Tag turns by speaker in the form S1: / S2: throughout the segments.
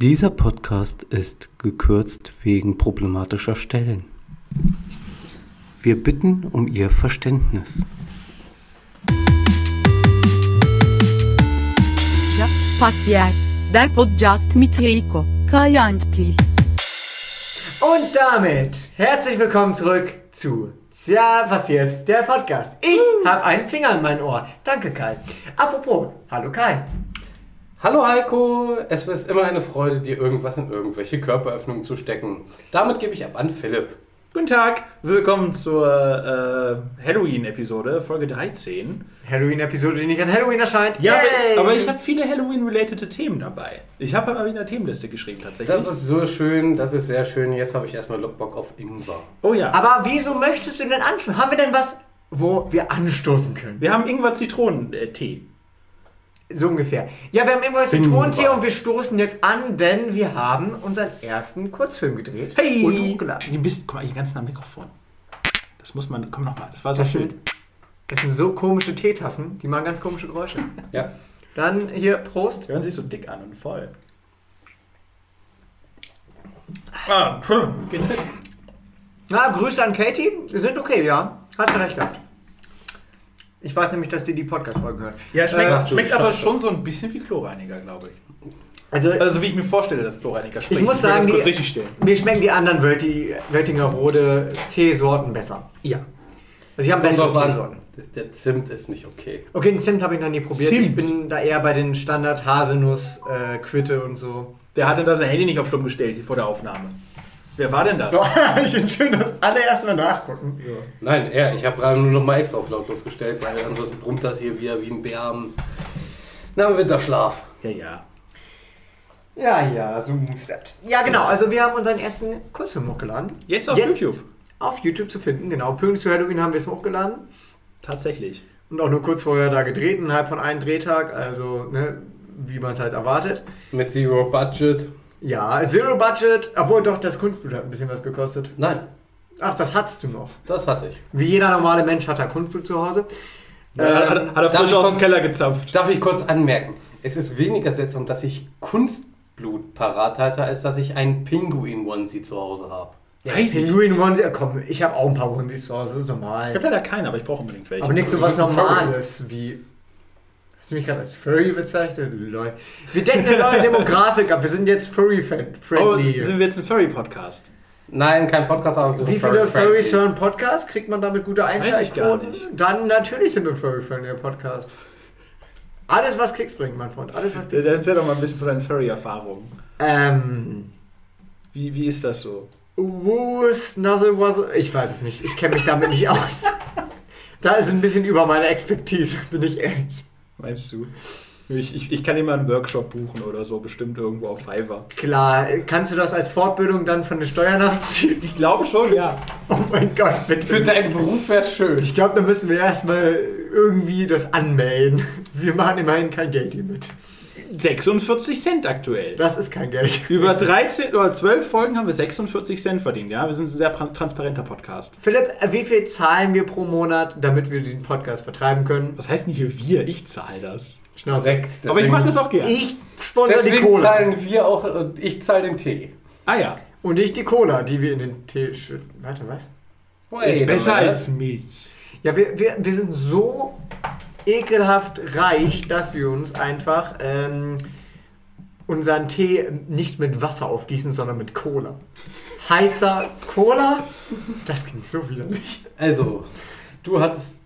S1: Dieser Podcast ist gekürzt wegen problematischer Stellen. Wir bitten um Ihr Verständnis.
S2: Passier, der Podcast mit Rico, Kai und Pil.
S3: Und damit herzlich willkommen zurück zu Tja, passiert, der Podcast. Ich habe einen Finger in mein Ohr. Danke, Kai. Apropos, hallo Kai.
S4: Hallo Heiko, es ist immer eine Freude, dir irgendwas in irgendwelche Körperöffnungen zu stecken. Damit gebe ich ab an Philipp.
S5: Guten Tag, willkommen zur äh, Halloween-Episode, Folge 13.
S3: Halloween-Episode, die nicht an Halloween erscheint.
S5: Ja,
S3: Yay!
S5: aber, aber ich habe viele Halloween-related Themen dabei. Ich habe aber wieder eine Themenliste geschrieben tatsächlich.
S4: Das ist so schön, das ist sehr schön. Jetzt habe ich erstmal Bock auf Ingwer.
S5: oh ja,
S3: Aber wieso möchtest du denn anstoßen? Haben wir denn was, wo wir anstoßen können?
S5: wir haben Ingwer-Zitronen-Tee.
S3: So ungefähr. Ja, wir haben irgendwann
S4: Singen
S3: Zitronentee
S4: wir.
S3: und wir stoßen jetzt an, denn wir haben unseren ersten Kurzfilm gedreht. Und hochgeladen.
S5: Du bist, guck mal, hier ganz nah am Mikrofon. Das muss man, komm nochmal, das war so
S3: Das
S5: schön.
S3: sind, das sind so komische Teetassen, die machen ganz komische Geräusche.
S4: Ja.
S3: Dann hier, Prost.
S5: Die hören sich so dick an und voll. Ah, hm, geht fit.
S3: Na, Grüße an Katie. Sind okay, ja. Hast du recht gehabt. Ich weiß nämlich, dass die die Podcast-Folge hört. Äh,
S5: Ja, schmeckt,
S4: Ach du
S5: Äh, schmeckt aber
S4: Scheiße.
S5: schon so ein bisschen wie Chlorreiniger, glaube ich.
S3: Also,
S5: Also wie ich mir vorstelle, dass Chlorreiniger schmeckt.
S3: muss
S5: will
S3: sagen,
S5: das kurz
S3: die-
S5: richtig stellen.
S3: mir schmecken die anderen Wölti, Wöltinger Rode Teesorten besser.
S4: Ja.
S3: Also, sie haben
S4: Kommt
S3: bessere
S4: drauf
S3: Teesorten.
S4: an. Der Zimt ist nicht okay.
S3: Okay, den Zimt habe ich noch nie probiert. Ich
S5: Zimt.
S3: bin da eher bei den Standard Haselnuss, äh, Quitte und so.
S5: Der hatte da sein Handy nicht auf Stumm gestellt vor der Aufnahme. Wer war denn das?
S3: schön, dass alle erstmal nachgucken.
S4: Nein, er, ich habe gerade nur noch mal extra auf lautlos gestellt, weil ansonsten brummt das hier wieder wie ein Bär am, na, am Winterschlaf.
S5: Ja, ja.
S3: Ja, ja, so muss das. Ja, genau. Also, wir haben unseren ersten Kurzfilm hochgeladen.
S5: Jetzt auf YouTube.
S3: Auf YouTube zu finden, genau. Pünktlich zu Halloween haben wir es hochgeladen.
S5: Tatsächlich.
S3: Und auch nur kurz vorher da gedreht, innerhalb von einem Drehtag, also ne, wie man es halt erwartet.
S4: Mit Zero Budget.
S3: Ja, Zero Budget, obwohl doch das Kunstblut hat ein bisschen was gekostet.
S4: Nein,
S3: Ach, das hattest du noch.
S4: das hatte ich.
S3: Wie jeder normale Mensch hat er Kunstblut zu Hause. Ähm,
S5: hat, hat er
S4: darf
S5: frisch
S4: ich
S5: aus dem
S4: kurz-
S5: Keller gezapft.
S4: Darf ich kurz anmerken, es ist weniger seltsam, dass ich Kunstblut parat hatte, als dass ich einen Pinguin-Onesie zu Hause habe.
S3: ja,
S5: weiß ich.
S3: Pinguin Onesie, äh, komm, ich habe auch ein paar Onesies zu Hause, das ist
S5: Ich
S3: normal.
S5: habe leider keinen, aber ich brauche unbedingt welche.
S3: Aber nicht so was
S4: Du bist ein
S3: Normales wie. Hast du mich gerade als Furry bezeichnet? Lol. Wir decken eine neue Demografik ab, wir sind jetzt
S5: Oh,
S3: Furry-friendly.
S5: sind wir jetzt ein Furry-Podcast?
S4: Nein, kein Podcast, aber ein
S3: Wie
S4: bisschen
S3: viele
S4: furry-friendly.
S3: Furries hören Podcast? Kriegt man damit gute Einschaltquoten?
S5: ich gar nicht.
S3: Dann natürlich sind wir Furry Friendly Podcast. Alles, was Klicks bringt, mein Freund. Alles, was Klicks
S5: Erzähl doch mal ein bisschen von deinen Furry-Erfahrungen.
S3: Ähm.
S5: Wie, wie ist das so?
S3: Woos, Nuzzle, Wuzzle. Ich weiß es nicht. Ich kenne mich damit nicht aus. Da ist ein bisschen über meine Expertise, bin ich ehrlich.
S5: Meinst du? Ich, ich, ich kann immer einen Workshop buchen oder so, bestimmt irgendwo auf Fiverr.
S3: Klar, kannst du das als Fortbildung dann von den Steuern abziehen?
S5: Ich glaube schon, ja.
S3: Oh mein Gott,
S4: Für
S3: bitte.
S4: deinen Beruf wäre schön.
S3: Ich glaube, da müssen wir erstmal irgendwie das anmelden. Wir machen immerhin kein Geld hiermit.
S5: 46 Cent aktuell.
S3: Das ist kein Geld.
S5: Über 13 oder 12 Folgen haben wir 46 Cent verdient, ja? Wir sind ein sehr pra- transparenter Podcast.
S3: Philipp, wie viel zahlen wir pro Monat, damit wir den Podcast vertreiben können?
S5: Was heißt denn hier wir? Ich zahle das.
S3: Schnauze.
S4: Korrekt.
S5: Aber ich mache das auch gerne.
S3: Ich sponsor die
S4: Deswegen
S3: Cola.
S4: zahlen wir auch, äh, ich zahle den Tee.
S5: Ah ja.
S3: Und ich die Cola, die wir in den Tee schütten. Warte, was?
S5: Ist besser
S4: Wait a
S5: als Milch.
S3: Ja, wir, wir, wir sind so ekelhaft reich, dass wir uns einfach ähm, unseren Tee nicht mit Wasser aufgießen, sondern mit Cola. Heißer Cola? Das klingt so widerlich.
S4: minute. Also, du hattest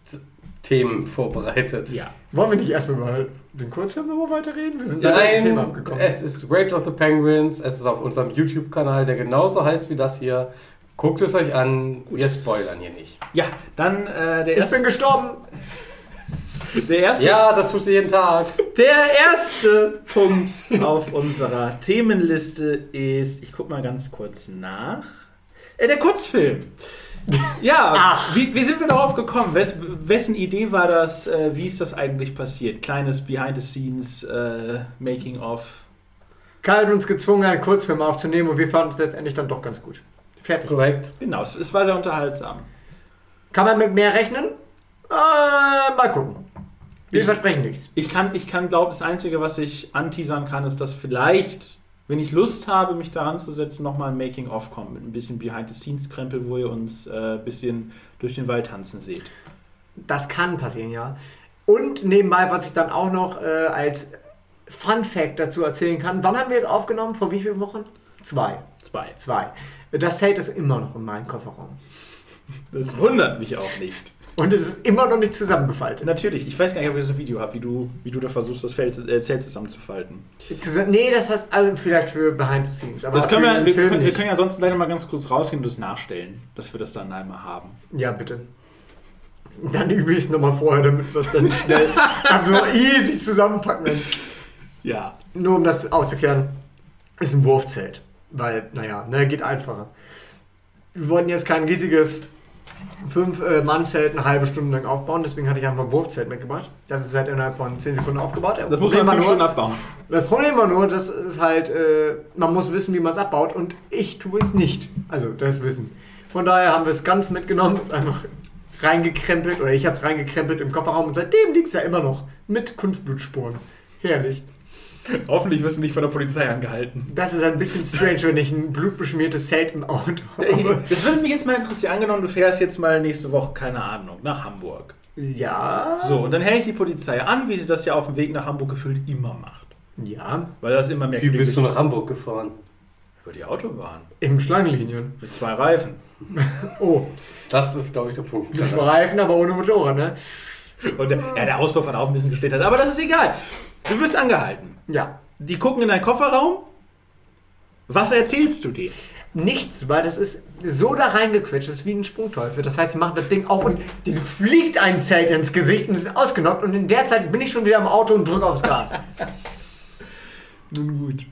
S4: Themen vorbereitet.
S5: Ja.
S3: Wollen wir nicht erstmal über den Kurzfilm nochmal weiterreden? Wir sind leider vom Thema
S4: Nein,
S3: abgekommen.
S4: es ist Rage of the Penguins, es ist auf unserem YouTube-Kanal, der genauso heißt wie das hier. Guckt es euch an, wir spoilern hier nicht.
S5: Ja, dann äh, der,
S3: Ich
S5: erste,
S3: bin gestorben.
S5: der erste.
S4: Ja, das tust du jeden Tag.
S5: Der erste Punkt auf unserer Themenliste ist. Ich guck mal ganz kurz nach. Äh, der Kurzfilm. Ja, wie, wie sind wir darauf gekommen? Wes, wessen Idee war das? Äh, wie ist das eigentlich passiert? Kleines Behind-the-Scenes äh, Making-of.
S3: Karl hat uns gezwungen, einen Kurzfilm aufzunehmen und wir fanden es letztendlich dann doch ganz gut. Fertig.
S4: Korrekt.
S5: Genau, es, es war sehr unterhaltsam.
S3: Kann man mit mehr rechnen? Äh, mal gucken. Wir
S5: Ich-
S3: versprechen nichts.
S5: Ich kann, ich kann glaube, das Einzige, was ich anteasern kann, ist, dass vielleicht wenn ich Lust habe, mich daran zu setzen, nochmal ein Making-of kommen mit ein bisschen Behind-the-Scenes-Krempel, wo ihr uns äh, ein bisschen durch den Wald tanzen seht.
S3: Das kann passieren, ja. Und nebenbei, was ich dann auch noch äh, als Fun Fact dazu erzählen kann, wann haben wir es aufgenommen? Vor wie vielen Wochen? Zwei.
S5: Zwei.
S3: Zwei. Das Zelt ist immer noch in meinem Kofferraum.
S5: Das wundert mich auch nicht.
S3: Und es ist immer noch nicht zusammengefaltet.
S5: Natürlich, ich weiß gar nicht, ob ich das Video habe, wie du, wie du da versuchst, das Feld, äh, Zelt zusammenzufalten.
S3: Zusa- Nee, das heißt also vielleicht für Behind the Scenes. Aber
S5: Das können
S3: für
S5: wir,
S3: den
S5: wir,
S3: Film
S5: können, wir
S3: nicht.
S5: können ja sonst leider mal ganz kurz rausgehen und das nachstellen, dass wir das dann einmal haben.
S3: Ja, bitte. Dann übe ich es nochmal vorher, damit wir es dann schnell also easy zusammenpacken. können.
S5: Ja.
S3: Nur um das aufzukehren, ist ein Wurfzelt. Weil, naja, ne, geht einfacher. Wir wollten jetzt kein riesiges Fünf-Mann-Zelt eine halbe Stunde lang aufbauen, deswegen hatte ich einfach ein Wurfzelt mitgebracht. Das ist halt innerhalb von 10 Sekunden aufgebaut.
S5: Das muss man
S3: war
S5: fünf Stunden
S3: nur,
S5: abbauen.
S3: das Problem war nur, das ist halt, äh, man muss wissen, wie man es abbaut und ich tue es nicht. Also, das Wissen. Von daher haben wir es ganz mitgenommen, es einfach reingekrempelt oder ich habe es reingekrempelt im Kofferraum und seitdem liegt es ja immer noch mit Kunstblutspuren. Herrlich.
S5: Hoffentlich wirst du nicht von der Polizei angehalten.
S3: Das ist ein bisschen strange, wenn ich ein blutbeschmiertes Zelt im Auto habe.
S5: Das würde mich jetzt mal interessieren. Angenommen, du fährst jetzt mal nächste Woche, keine Ahnung, nach Hamburg.
S3: Ja.
S5: So, und dann hält die Polizei an, wie sie das ja auf dem Weg nach Hamburg gefühlt immer macht.
S3: Ja.
S5: Weil das immer mehr
S4: Wie bist du
S5: Pflicht-
S4: nach Hamburg gefahren?
S5: über die Autobahn
S3: Im Schlangenlinien.
S5: mit zwei Reifen.
S3: Oh,
S4: Das ist, glaube ich, der Punkt.
S3: mit zwei Reifen, aber ohne Motorrad, ne?
S5: Und der, ja, der Auspuff hat auch ein bisschen geschlittert, aber das ist egal. Du wirst angehalten.
S3: Ja.
S5: Die gucken in deinen Kofferraum. Was erzählst du dir?
S3: Nichts, weil das ist so da reingequetscht, das ist wie ein Sprungteufel. Das heißt, sie machen das Ding auf und denen fliegt ein Zelt ins Gesicht und ist ausgenockt. Und in der Zeit bin ich schon wieder im Auto und drücke aufs Gas.
S5: Nun gut.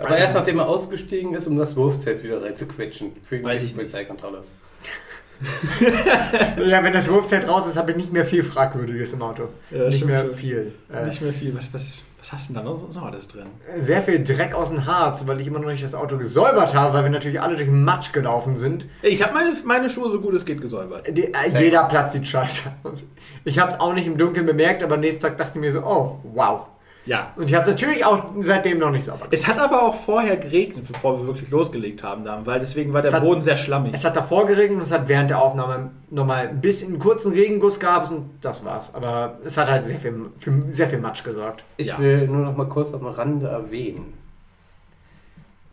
S4: Aber erst nachdem er ausgestiegen ist, um das Wurfzelt wieder reinzuquetschen. Wegen
S5: Weiß ich
S4: der Polizeikontrolle.
S3: ja, wenn das Wurfzelt raus ist, habe ich nicht mehr viel Fragwürdiges im Auto.
S5: Ja,
S3: nicht
S5: stimmt
S3: mehr
S5: schon.
S3: viel. Äh,
S5: Nicht mehr viel. Was, was, was hast du denn da noch, noch alles drin?
S3: sehr viel Dreck aus dem Harz, weil ich immer noch nicht das Auto gesäubert habe, weil wir natürlich alle durch den Matsch gelaufen sind.
S5: Ich habe meine, meine Schuhe so gut es geht gesäubert.
S3: Die, äh, jeder Platz sieht scheiße aus. Ich habe es auch nicht im Dunkeln bemerkt, aber am nächsten Tag dachte ich mir so, oh, wow.
S5: Ja.
S3: Und ich habe es natürlich auch seitdem noch nicht sauber gemacht.
S5: Es hat aber auch vorher geregnet, bevor wir wirklich losgelegt haben da, weil deswegen war
S3: Es
S5: der
S3: hat-
S5: Boden sehr schlammig.
S3: Es hat davor geregnet und es hat während der Aufnahme nochmal ein bisschen einen kurzen Regenguss gehabt und das war's. Aber es hat halt sehr viel, für sehr viel Matsch gesorgt.
S4: Ich
S5: Ja.
S4: will nur noch mal kurz am Rande erwähnen,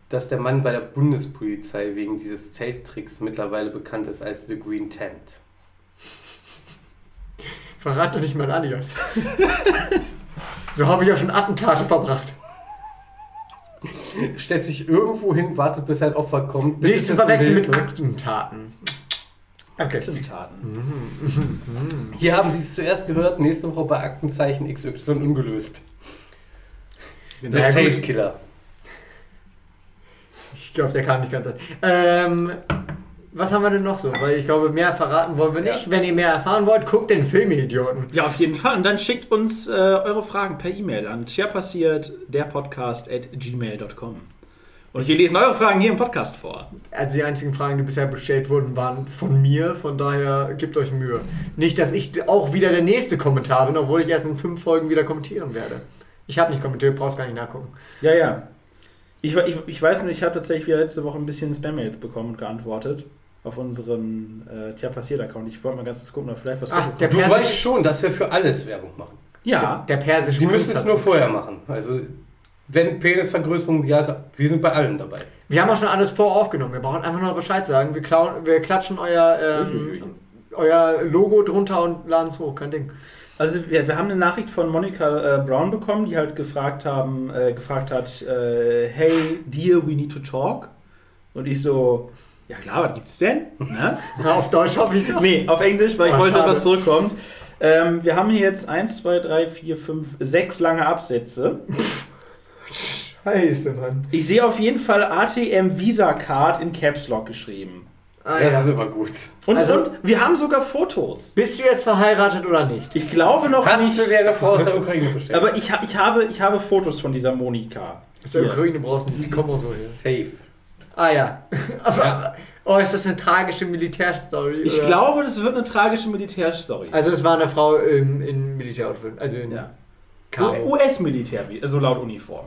S4: dass der Mann bei der Bundespolizei wegen dieses Zelttricks mittlerweile bekannt ist als The Green Tent.
S3: Verrat doch nicht mein Alias. so habe ich auch schon Attentate verbracht.
S4: Stellt sich irgendwo hin, wartet, bis ein Opfer kommt. bittet
S3: Nicht zu
S4: es um
S3: verwechseln mit
S4: Hilfe.
S3: Aktentaten. Okay.
S5: Attentaten.
S4: Hier haben Sie es zuerst gehört, nächste Woche bei Aktenzeichen XY ungelöst. Der
S3: Na ja, gut.
S4: Zeltkiller.
S3: Ich glaube, der kam nicht ganz an. Ähm, was haben wir denn noch so? Weil ich glaube, mehr verraten wollen wir nicht. Wenn ihr mehr erfahren wollt, guckt den Film, ihr Idioten.
S5: Ja, auf jeden Fall. Und dann schickt uns äh, eure Fragen per E-Mail an tjapassiert, der Podcast at gmail.com. Und wir lesen eure Fragen hier im Podcast vor.
S3: Also die einzigen Fragen, die bisher gestellt wurden, waren von mir. Von daher gebt euch Mühe. Nicht, dass ich auch wieder der nächste Kommentar bin, obwohl ich erst in fünf Folgen wieder kommentieren werde. Ich habe nicht kommentiert, brauchst gar nicht nachgucken.
S5: Ja, ja. Ich, we- ich, ich weiß nur, ich habe tatsächlich wieder letzte Woche ein bisschen Spam-Mails bekommen und geantwortet auf unseren äh, Tja passiert Account. Ich wollte mal ganz kurz gucken, ob vielleicht was
S3: Ah,
S5: zurückkommt.
S3: der
S4: Du
S3: Persisch-
S4: weißt schon, dass wir für alles Werbung machen.
S5: Ja,
S3: Der persische
S4: Sie müssen
S3: Künstler
S4: es nur
S3: zum
S4: vorher machen. Also, wenn Penisvergrößerung, ja, wir sind bei allem dabei.
S3: Wir haben auch schon alles voraufgenommen. Wir brauchen einfach nur Bescheid sagen. Wir, klauen, wir klatschen euer,
S5: Uiuiui.
S3: ähm, euer Logo drunter und laden es hoch. Kein Ding.
S5: also wir, wir haben eine Nachricht von Monika äh, Brown bekommen, die halt gefragt haben, äh, gefragt hat, äh, hey, dear, we need to talk. Und ich so, ja klar, was gibt's denn? Ne?
S3: Na, auf Deutsch habe ich
S5: Nee, auf Englisch, weil ich
S3: Ah,
S5: wollte,
S3: schade.
S5: dass zurückkommt. Ähm, wir haben hier jetzt 1, 2, 3, 4, 5, 6 lange Absätze.
S3: Scheiße, Mann.
S5: Ich sehe auf jeden Fall ATM Visa Card in Caps Lock geschrieben.
S3: Ah,
S4: Das
S3: ja.
S4: ist immer gut.
S5: Und,
S3: Also-
S5: und wir haben sogar Fotos.
S3: Bist du jetzt verheiratet oder nicht?
S5: Ich glaube noch
S4: Hast
S5: nicht.
S4: du dir eine Frau aus der Ukraine bestellt?
S5: Aber ich, ha- ich, habe, ich habe Fotos von dieser Monika.
S3: Aus
S5: Ja.
S3: Ukraine brauchst du nicht. Die kommen auch so her.
S4: Safe.
S3: Ah ja. Aber,
S4: Ja.
S3: Oh, ist das eine tragische Militärstory?
S5: Ich
S3: oder?
S5: glaube, das wird eine tragische Militärstory.
S3: Also es war eine Frau im, in Militäroutfit. Also in
S5: ja.
S3: Karo.
S5: U- US-Militär, wie- also laut Uniform.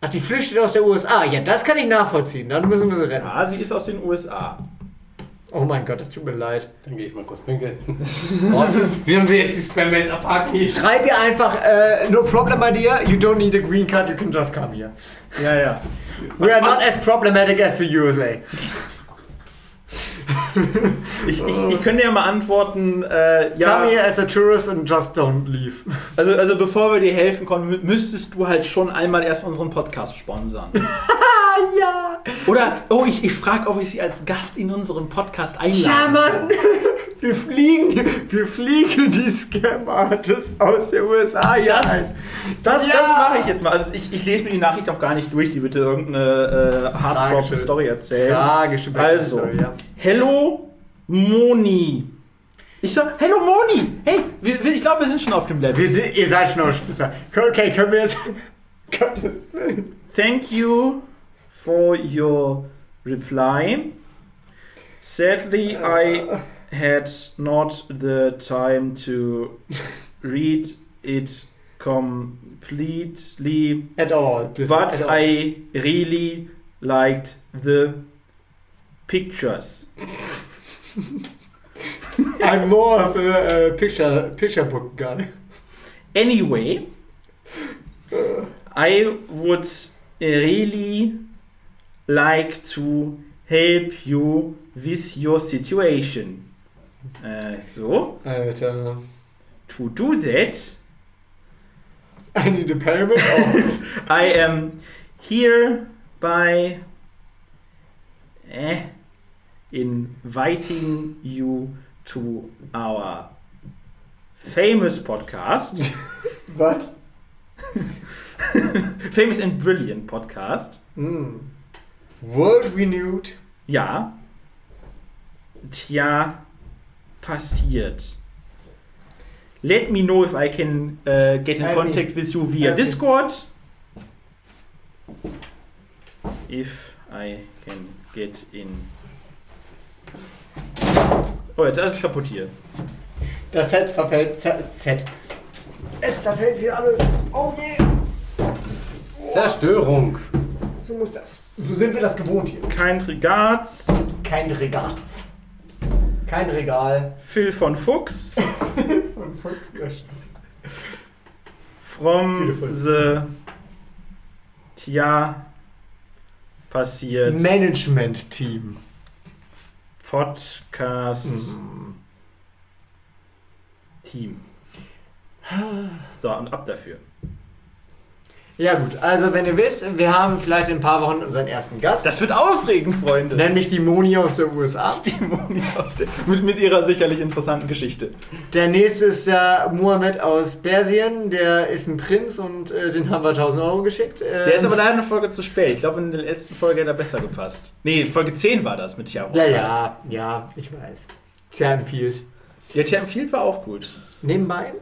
S3: Ach, die flüchtet aus der USA. Ja, das kann ich nachvollziehen. Dann müssen wir sie retten.
S5: Ja, sie ist aus den USA.
S3: Oh mein Gott, das tut mir leid.
S4: Dann gehe ich mal kurz pinkeln. Warte, Wir haben jetzt die Spam-Mails abhaken hier.
S3: Schreib ihr einfach, äh, no problem, my dear. You don't need a green card. You can just come here.
S5: Ja, ja.
S3: We are not as problematic as the USA.
S5: Ich, ich, ich könnte ja mal antworten, äh, ja.
S3: Come here as a tourist and just don't leave.
S5: Also, also bevor wir dir helfen konnten, mü- müsstest du halt schon einmal erst unseren Podcast sponsern.
S3: Ja.
S5: Oder, oh, ich, ich frage, ob ich sie als Gast in unseren Podcast einlade.
S3: Ja, Mann. Wir fliegen, wir fliegen die Scam-Artists aus der USA hier
S5: Das-
S3: ein. Das,
S5: Ah, Das, das mache ich jetzt mal. Also ich, ich lese mir die Nachricht auch gar nicht durch, die bitte irgendeine äh,
S3: Tragische-
S5: Hardcore-Story erzählen.
S3: Tragische
S5: Also,
S3: Backstory, ja.
S5: Hello Moni. Ich sag, Hello Moni! Hey, wir, wir, ich glaube, wir sind schon auf dem Level.
S3: Wir sind, ihr seid schon auf Spitzer. Okay, können wir jetzt. Gottes Willen.
S5: Thank you for your reply. Sadly,
S3: Äh.
S5: I had not the time to read it completely.
S3: At all. please.
S5: But
S3: At all.
S5: I really liked the pictures.
S3: I'm more of a, uh picture, picture book guy.
S5: Anyway, I would really like to help you with your situation. Uh, so,
S3: Alter.
S5: to do that,
S3: I need a pyramid. Oh.
S5: I am here by eh, inviting you to our famous podcast,
S3: What?
S5: famous and brilliant podcast.
S3: Mm. World renewed.
S5: Ja, tja, passiert. Let me know if I can äh, get in
S3: I mean,
S5: contact with you via
S3: I mean.
S5: Discord. If I can get in. Oh, jetzt alles kaputt hier.
S3: Das Set verfällt. Z- Set. Es zerfällt hier alles. Oh je.
S4: Zerstörung.
S3: So muss das. So sind wir das gewohnt hier.
S5: Kein Regards.
S3: Kein Regal. Kein Regal.
S5: Phil von Fuchs.
S3: Und Fuchs-
S5: From
S3: Beautiful.
S5: the. Tja, passiert.
S3: Management-Team.
S5: Podcast. Team. So, und ab dafür.
S3: Ja gut, also wenn ihr wisst, wir haben vielleicht in ein paar Wochen unseren ersten Gast,
S5: Das wird aufregend, Freunde.
S3: nämlich die Moni aus der USA.
S5: Die Moni aus der, mit, mit ihrer sicherlich interessanten Geschichte.
S3: Der nächste ist der Mohammed aus Persien, der ist ein Prinz und äh, den haben wir 1000 Euro geschickt. Ähm,
S5: Der ist aber leider eine Folge zu spät. Ich glaube, in der letzten Folge hätte er besser gepasst. Nee, Folge 10 war das mit Tiago.
S3: Ja, ja, ja, ich weiß. Sehr empfiehlt.
S5: Ja, Tiago Field war auch gut.
S3: Nebenbei,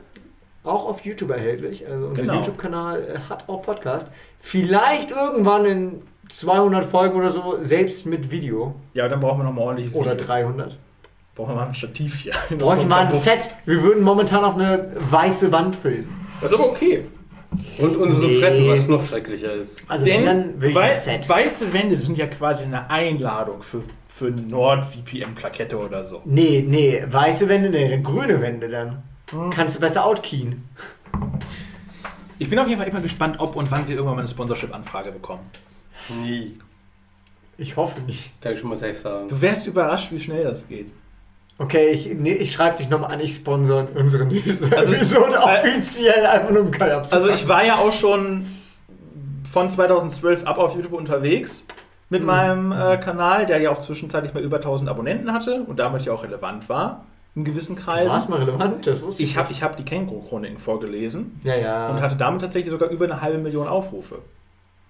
S3: auch auf YouTube erhältlich, also unser
S5: Genau.
S3: YouTube-Kanal äh, hat auch Podcast. Vielleicht irgendwann in 200 Folgen oder so, selbst mit Video
S5: Ja, aber dann brauchen wir nochmal ordentliches
S3: oder
S5: Video.
S3: 300.
S5: Brauchen wir mal ein Stativ hier. In
S3: Bräuchte
S5: unserem
S3: mal ein
S5: Kabuff.
S3: Set. Wir würden momentan auf eine weiße Wand füllen.
S5: Das ist aber okay.
S4: Und unsere
S3: Nee.
S4: Fressen, was noch schrecklicher ist.
S3: Also wenn,
S5: Denn
S3: dann will ich
S5: wei-
S3: ein Set.
S5: weiße Wände sind ja quasi eine Einladung für, für eine Nord-VPN-Plakette oder so.
S3: Nee, nee, weiße Wände, nee, dann grüne Wände dann.
S5: Hm.
S3: Kannst du besser outkeyen.
S5: Ich bin auf jeden Fall immer gespannt, ob und wann wir irgendwann mal eine Sponsorship-Anfrage bekommen.
S4: Nie.
S3: Ich hoffe nicht.
S4: Kann ich schon mal safe sagen.
S5: Du wärst überrascht, wie schnell das geht.
S3: Okay, ich, nee, ich schreibe dich nochmal an, ich sponsor unsere nächste
S5: Also-
S3: Episode
S5: Äh,
S3: offiziell, einfach nur um Kai
S5: Also
S3: abzufangen.
S5: ich war ja auch schon von 2012 ab auf YouTube unterwegs mit meinem äh, Kanal, der ja auch zwischenzeitlich mal über 1000 Abonnenten hatte und damit ja auch relevant war in gewissen
S3: War es
S5: Kreisen.
S3: mal relevant? Das wusste ich.
S5: Ich habe ich hab die Känguru-Chroniken vorgelesen
S3: nicht. ja, ja.
S5: und hatte damit tatsächlich sogar über eine halbe Million Aufrufe.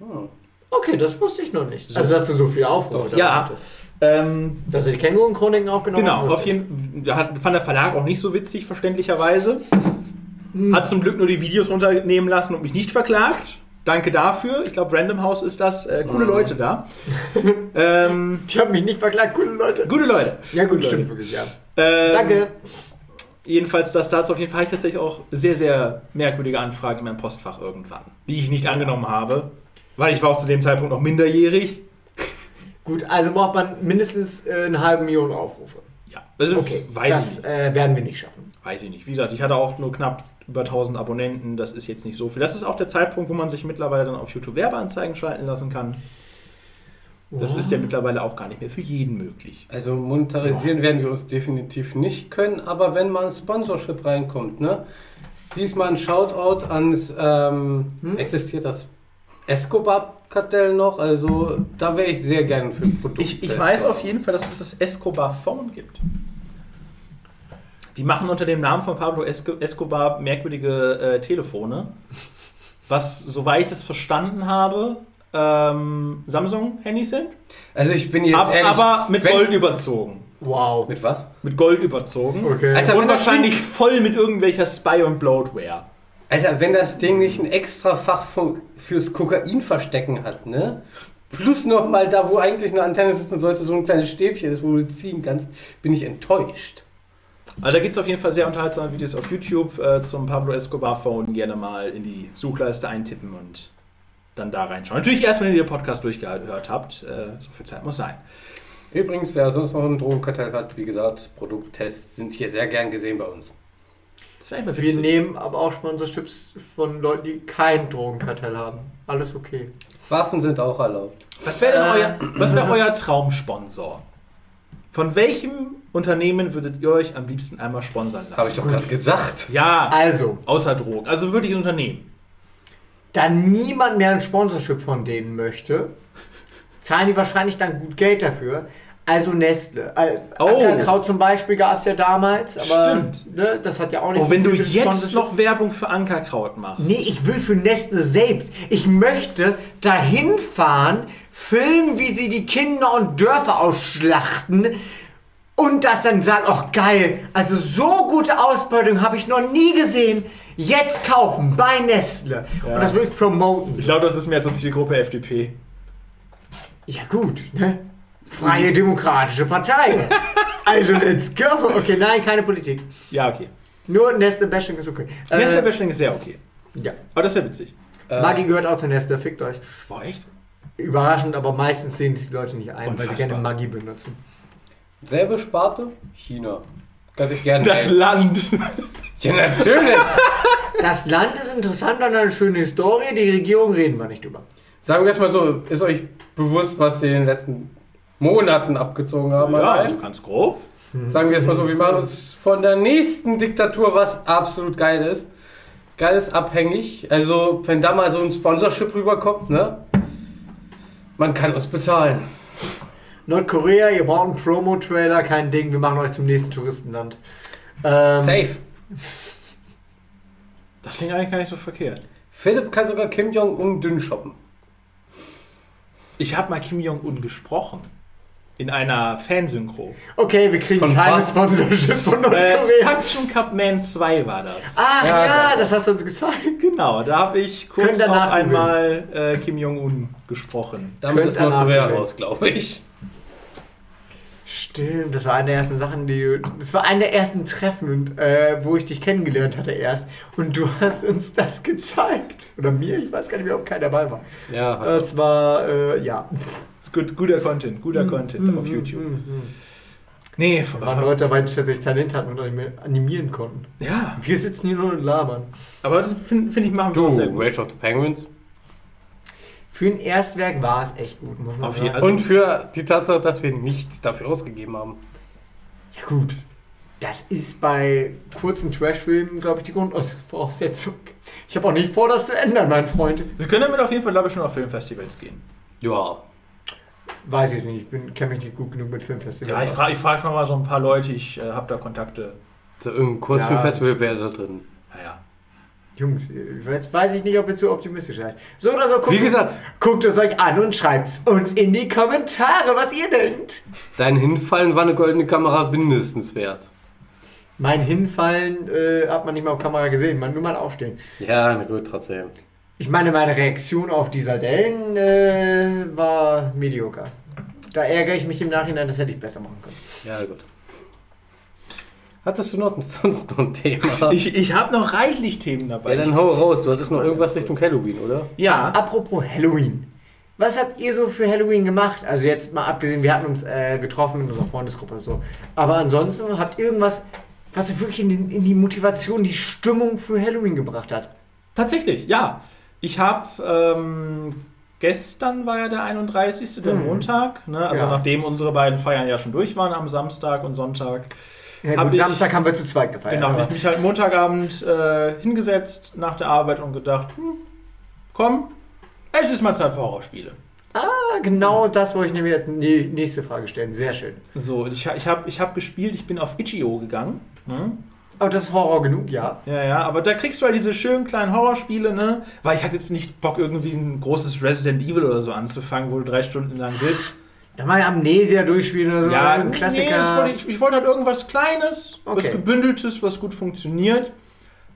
S4: Hm.
S3: okay, das wusste ich noch nicht. Also, dass du so viel Aufrufe
S5: Doch, ja.
S3: hattest.
S5: Ähm,
S3: Dass du die Känguru-Chroniken aufgenommen hast,
S5: Genau,
S3: wusste
S5: auf jeden da hat, fand der Verlag auch nicht so witzig, verständlicherweise. Hat zum Glück nur die Videos runternehmen lassen und mich nicht verklagt. Danke dafür. Ich glaube, Random House ist das. Äh, coole
S3: Mhm.
S5: Leute da. ähm,
S3: ich. Die haben mich nicht verklagt, coole Leute.
S5: gute Leute.
S3: Ja, gut,
S5: Gute
S3: stimmt
S5: Leute.
S3: wirklich, ja.
S5: Ähm,
S3: Danke.
S5: Jedenfalls, das dazu auf jeden Fall hatte ich tatsächlich auch sehr, sehr merkwürdige Anfragen in meinem Postfach irgendwann, die ich nicht angenommen habe.
S6: Weil ich war auch zu dem Zeitpunkt noch minderjährig.
S3: Gut, also braucht man mindestens äh, eine halbe Million Aufrufe.
S6: Ja, also
S3: Okay,
S6: weiß,
S3: das
S6: ich,
S3: äh, werden wir nicht schaffen.
S6: nicht. weiß ich nicht. Wie gesagt, ich hatte auch nur knapp über 1000 Abonnenten. Das ist jetzt nicht so viel. Das ist auch der Zeitpunkt, wo man sich mittlerweile dann auf YouTube Werbeanzeigen schalten lassen kann. Das ist ja mittlerweile auch gar nicht mehr für jeden möglich.
S4: Also monetarisieren werden wir uns definitiv nicht können, aber wenn mal ein Sponsorship reinkommt, ne? Diesmal ein Shoutout ans ähm,
S5: Hm?
S4: existiert das Escobar-Kartell noch, also da wäre ich sehr gerne für ein Produkt.
S5: Ich, ich weiß auf jeden Fall, dass es das Escobar Phone gibt. Die machen unter dem Namen von Pablo Esco- Escobar merkwürdige äh, Telefone. Was, soweit ich das verstanden habe, ähm, Samsung-Handys sind.
S4: Also ich bin jetzt
S5: ab,
S4: ehrlich.
S5: aber mit
S4: wenn-
S5: Gold überzogen.
S3: Wow.
S4: Mit was?
S5: Mit Gold überzogen.
S3: Okay.
S4: Alter, wenn
S5: und
S4: das
S5: wahrscheinlich
S4: Ding-
S5: voll mit irgendwelcher Spy- und Bloatware.
S4: Alter, Also wenn das Ding nicht ein extra Fach von, fürs Kokain verstecken hat, ne? Plus nochmal da, wo eigentlich eine Antenne sitzen sollte, so ein kleines Stäbchen ist, wo du ziehen kannst, bin ich enttäuscht.
S5: Also da gibt es auf jeden Fall sehr unterhaltsame Videos auf YouTube äh, zum Pablo Escobar Phone. Gerne mal in die Suchleiste eintippen und dann da reinschauen. Natürlich erst, wenn ihr den Podcast durchgehört habt. Äh, so viel Zeit muss sein.
S4: Übrigens, wer sonst noch einen Drogenkartell hat, wie gesagt, Produkttests sind hier sehr gern gesehen bei uns.
S5: Das wäre mal
S3: Wir
S5: witzig.
S3: nehmen aber auch Sponsorships von Leuten, die kein Drogenkartell haben. Alles okay.
S4: Waffen sind auch erlaubt.
S5: Was wäre denn
S3: Äh.
S5: euer, was wär euer Traumsponsor? Von welchem Unternehmen würdet ihr euch am liebsten einmal sponsern lassen?
S4: Habe ich doch gerade gesagt.
S5: Ja,
S3: Also,
S5: außer Drogen. Also wirklich ein Unternehmen.
S3: da niemand mehr ein Sponsorship von denen möchte, zahlen die wahrscheinlich dann gut Geld dafür. Also Nestle. Äh,
S5: Oh.
S3: Kraut zum Beispiel gab es ja damals, aber
S5: Stimmt.
S3: ne, das hat ja auch nicht
S5: Oh, wenn du
S3: viel
S5: jetzt
S3: Sponsorship-
S5: noch Werbung für Ankerkraut machst.
S3: Nee, ich will für Nestle selbst. Ich möchte dahin fahren, filmen, wie sie die Kinder und Dörfer ausschlachten und das dann sagen, oh geil, also so gute Ausbeutung habe ich noch nie gesehen. Jetzt kaufen bei Nestle. Und das will ich promoten.
S5: Ich glaube, das ist mehr so Zielgruppe FDP.
S3: Ja gut, ne? Freie Demokratische Partei. Also let's go. Okay, nein, keine Politik.
S5: Ja, okay.
S3: Nur Nestle-Bashing ist okay. Äh,
S5: Nestle Bashing ist sehr okay.
S3: Ja.
S5: Aber das wäre witzig.
S3: Maggi gehört auch zu Nestle, fickt euch.
S5: Boah, echt?
S3: Überraschend, aber meistens sehen es die Leute nicht ein, weil sie
S5: Unfassbar.
S3: gerne Magie benutzen.
S4: Selbe Sparte? China. Kann ich gerne.
S5: Das
S4: nehmen.
S5: Land.
S4: ja, natürlich.
S3: Das Land ist interessant und hat eine schöne Historie, die Regierung reden wir nicht über.
S4: Sagen wir es mal so, ist euch bewusst, was die in den letzten Monaten abgezogen haben? allein?
S5: ganz grob.
S4: Sagen wir es mal so, wir machen uns von der nächsten Diktatur, was absolut geil ist. Geil ist abhängig. Also, wenn da mal so ein Sponsorship rüberkommt, ne? Man kann uns bezahlen.
S3: Nordkorea, ihr braucht einen Promo-Trailer, kein Ding, wir machen euch zum nächsten Touristenland. Ähm,
S4: Safe.
S5: Das klingt eigentlich gar nicht so verkehrt.
S4: Philipp kann sogar Kim Jong-un dünn shoppen.
S5: Ich habe mal Kim Jong-un gesprochen. In einer Fansynchro.
S3: Okay, wir kriegen
S4: Von
S3: keine
S4: was?
S3: Sponsorship von
S5: Äh,
S3: Nordkorea.
S5: Suction Cup Man 2 war das.
S3: Ach ja,
S4: Ja, geil.
S3: das hast du uns gezeigt.
S5: Genau, da habe ich kurz
S3: Könnt
S5: noch
S3: danach
S5: einmal äh, Kim Jong-un gesprochen.
S4: Damit
S3: Könnt
S4: ist Nordkorea
S3: danach-
S4: raus, glaube ich.
S3: Stimmt, das war eine der ersten Sachen, die du. Das war eine der ersten Treffen, und, äh, wo ich dich kennengelernt hatte erst. Und du hast uns das gezeigt. Oder mir, ich weiß gar nicht mehr, ob keiner dabei war.
S4: Ja.
S3: Das war, äh, ja.
S5: Ist gut, guter Content, guter Content auf YouTube. Mhm. Nee, f-
S3: Da waren Leute dabei, die tatsächlich Talent hatten und animi- animieren konnten.
S5: ja.
S3: Wir sitzen hier nur und labern.
S5: Aber das finde find ich machen wir
S4: Du,
S5: auch sehr gut.
S4: Rage of the Penguins.
S3: Für ein Erstwerk war es echt gut, muss man
S5: Auf
S3: sagen.
S5: jeden- Also-
S4: Und für die Tatsache, dass wir nichts dafür ausgegeben haben.
S3: Ja gut, das ist bei kurzen Trashfilmen, glaube ich, die Grundvoraussetzung. Ich habe auch nicht vor, das zu ändern, mein Freund.
S5: Wir können damit auf jeden Fall, glaube ich, schon auf Filmfestivals gehen.
S4: Ja.
S3: Weiß ich nicht, ich kenne mich nicht gut genug mit Filmfestivals
S5: Ja, ich
S3: aus.
S5: frage ich frag noch mal so ein paar Leute, ich äh, habe da Kontakte.
S4: So irgendein Kurzfilmfestival wäre da drin.
S5: Naja.
S3: Jungs, jetzt weiß ich nicht, ob ihr zu optimistisch seid. So oder so, guckt,
S4: Wie gesagt,
S3: guckt es euch an und schreibt uns in die Kommentare, was ihr denkt.
S4: dein Hinfallen war eine goldene Kamera mindestens wert.
S3: Mein Hinfallen äh, hat man nicht mal auf Kamera gesehen, man nur mal aufstehen.
S4: Ja, na gut, trotzdem.
S3: Ich meine, meine Reaktion auf die Sardellen äh, war mediocre. Da ärgere ich mich im Nachhinein, das hätte ich besser machen können.
S4: Ja, gut. Hattest du noch sonst noch ein Thema?
S7: Ich, ich habe noch reichlich Themen dabei.
S4: ja, dann hau raus. Du hattest noch irgendwas Richtung Halloween, oder?
S7: ja.
S3: Apropos Halloween. Was habt ihr so für Halloween gemacht? Also jetzt mal abgesehen, wir hatten uns äh, getroffen in unserer Freundesgruppe und so. Aber ansonsten habt ihr irgendwas, was euch wirklich in, den, in die Motivation, die Stimmung für Halloween gebracht hat?
S5: Tatsächlich, ja. Ich habe ähm, gestern war ja der 31. der Montag, ne? also
S3: Ja.
S5: nachdem unsere beiden Feiern ja schon durch waren am Samstag und Sonntag.
S3: Ja,
S5: Hab
S3: gut,
S5: ich-
S3: Samstag haben wir zu zweit gefeiert.
S5: Genau, ich
S3: aber-
S5: habe mich halt Montagabend äh, hingesetzt nach der Arbeit und gedacht, hm, komm, es ist mal Zeit für Horrorspiele.
S3: Ah, genau das wollte ich nämlich jetzt die nächste Frage stellen. Sehr schön.
S5: So, ich, ha- ich habe ich hab gespielt, ich bin auf Itch.io gegangen. Ne?
S3: Aber das ist Horror genug, ja.
S5: Ja, ja, aber da kriegst du halt diese schönen kleinen Horrorspiele, ne? Weil ich hatte jetzt nicht Bock, irgendwie ein großes Resident Evil oder so anzufangen, wo du drei Stunden lang sitzt.
S3: Ja, mal Amnesia durchspielen oder so. Äh, ein
S5: nee, das
S3: Klassiker.
S5: wollte ich, ich wollte halt irgendwas Kleines, was
S3: Okay.
S5: Gebündeltes, was gut funktioniert.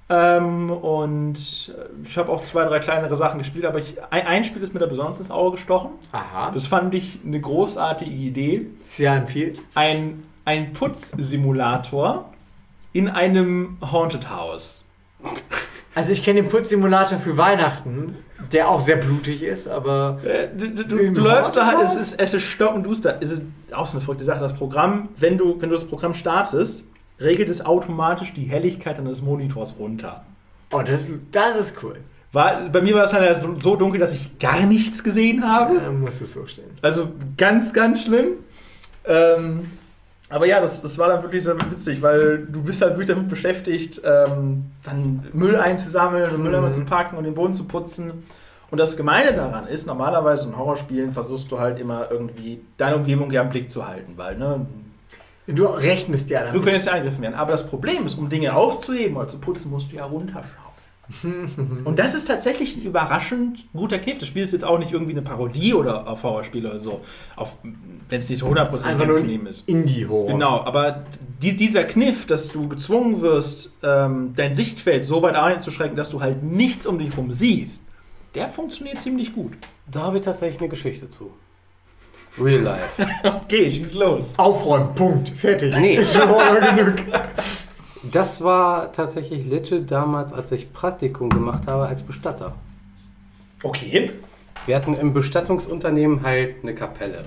S5: Ähm, und äh, ich habe auch zwei, drei kleinere Sachen gespielt, aber ich, ein, ein Spiel ist mir da besonders ins Auge gestochen.
S3: Aha.
S5: Das fand ich eine großartige Idee.
S3: Sehr empfiehlt.
S5: Ein, ein Putzsimulator in einem Haunted House.
S3: Also ich kenne den Putzsimulator für Weihnachten, der auch sehr blutig ist, aber
S5: Äh, Du, du, du,
S3: Im
S5: du läufst da halt, es
S3: Haunted
S5: ist, es ist stockenduster. Es ist auch so eine verrückte Sache. Das Programm, wenn du, wenn du das Programm startest, regelt es automatisch die Helligkeit deines Monitors runter.
S3: oh, das, das ist cool.
S5: War, bei mir war es leider so dunkel, dass ich gar nichts gesehen habe.
S3: Da muss es so stehen.
S5: Also ganz, ganz schlimm. Ähm, aber ja, das, das war dann wirklich sehr witzig, weil du bist halt wirklich damit beschäftigt, ähm, dann Müll einzusammeln und Mülleimer zu packen und den Boden zu putzen. Und das Gemeine daran ist, normalerweise in Horrorspielen versuchst du halt immer irgendwie deine Umgebung ja im Blick zu halten, weil ne,
S3: Du rechnest ja damit.
S5: du könntest ja angegriffen werden. Aber das Problem ist, um Dinge aufzuheben oder zu putzen, musst du ja runterschauen. Und das ist tatsächlich ein überraschend guter Kniff. Das Spiel ist jetzt auch nicht irgendwie eine Parodie oder auf Horrorspiele oder so, wenn es nicht so 100%
S3: einfach nur ein
S5: hinzunehmen ist.
S3: Indie-Horror.
S5: Genau, aber die, dieser Kniff, dass du gezwungen wirst, ähm, dein Sichtfeld so weit einzuschränken, dass du halt nichts um dich herum siehst, der funktioniert ziemlich gut.
S4: Da habe ich tatsächlich eine Geschichte zu. Real life.
S5: Okay, schieß los.
S3: Aufräumen, Punkt. Fertig.
S4: Nee.
S3: Ist schon Horror genug.
S4: Das war tatsächlich legit damals, als ich Praktikum gemacht habe als Bestatter.
S5: Okay.
S4: Wir hatten im Bestattungsunternehmen halt eine Kapelle,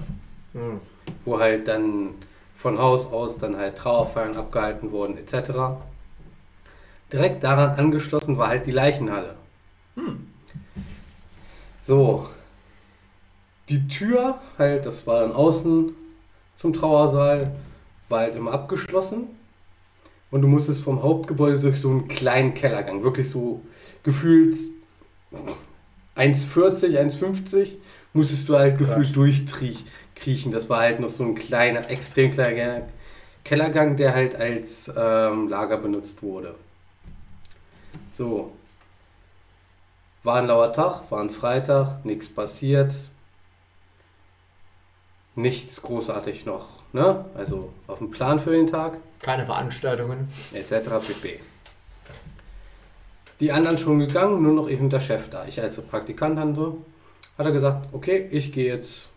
S4: wo halt dann von Haus aus dann halt Trauerfeiern abgehalten wurden etc. Direkt daran angeschlossen war halt die Leichenhalle. So, die Tür halt, das war dann außen zum Trauersaal, war halt immer abgeschlossen. Und du musstest vom Hauptgebäude durch so einen kleinen Kellergang, wirklich so gefühlt 1,40, 1,50 musstest du halt gefühlt durchkriechen. Das war halt noch so ein kleiner, extrem kleiner Kellergang, der halt als ähm, Lager benutzt wurde. So. War ein lauer Tag, war ein Freitag, nichts passiert. Nichts großartig noch, ne? Also auf dem Plan für den Tag
S3: Keine Veranstaltungen.
S4: etc. pp. Die anderen schon gegangen, nur noch ich und der Chef da. Ich als Praktikant dann so, hat er gesagt, okay, ich gehe jetzt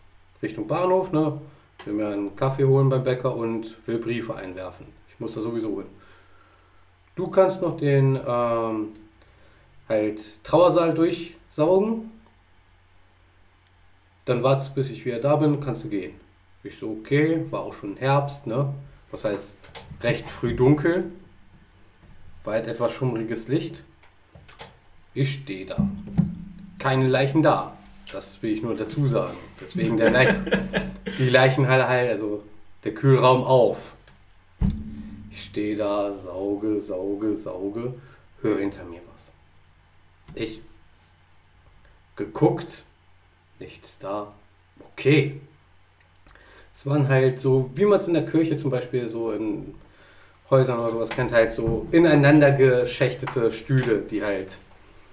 S4: Richtung Bahnhof, ne, will mir einen Kaffee holen beim Bäcker und will Briefe einwerfen. Ich muss da sowieso hin. Du kannst noch den ähm, halt Trauersaal durchsaugen. Dann wartest du, bis ich wieder da bin, kannst du gehen. Ich so, okay, war auch schon Herbst, ne? Was heißt, recht früh dunkel, weit etwas schummriges Licht. Ich stehe da. Keine Leichen da. Das will ich nur dazu sagen. Deswegen der Leich die Leichenhalle halt, also der Kühlraum auf. Ich stehe da, sauge, sauge, sauge, höre hinter mir was. Ich geguckt, nichts da. Okay. Es waren halt so, wie man es in der Kirche zum Beispiel so in Häusern oder sowas kennt, halt so ineinander geschächtete Stühle, die halt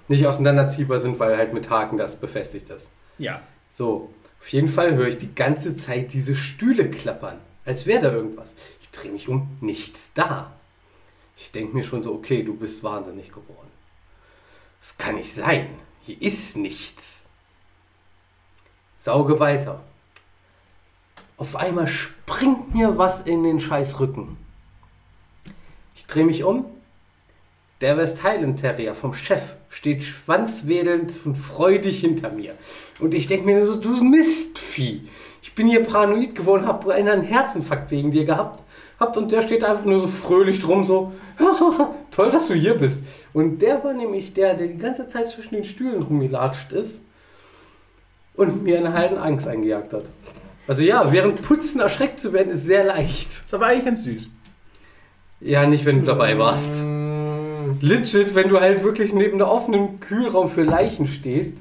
S4: nicht auseinanderziehbar sind, weil halt mit Haken das befestigt ist.
S5: Ja.
S4: So, auf jeden Fall höre ich die ganze Zeit diese Stühle klappern, als wäre da irgendwas. Ich drehe mich um, nichts da. Ich denke mir schon so, okay, du bist wahnsinnig geworden. Das kann nicht sein. Hier ist nichts. Sauge weiter. Auf einmal springt mir was in den Scheißrücken. Ich drehe mich um. Der West Highland Terrier vom Chef steht schwanzwedelnd und freudig hinter mir. Und ich denke mir nur so, du Mistvieh. Ich bin hier paranoid geworden, hab einen Herzinfarkt wegen dir gehabt. Habt und der steht einfach nur so fröhlich drum, so, toll, dass du hier bist. Und der war nämlich der, der die ganze Zeit zwischen den Stühlen rumgelatscht ist und mir eine halben Angst eingejagt hat. Also ja, während Putzen erschreckt zu werden, ist sehr leicht.
S7: Ist aber eigentlich ganz süß.
S4: Ja, nicht, wenn du dabei warst. Legit, wenn du halt wirklich neben einem offenen Kühlraum für Leichen stehst,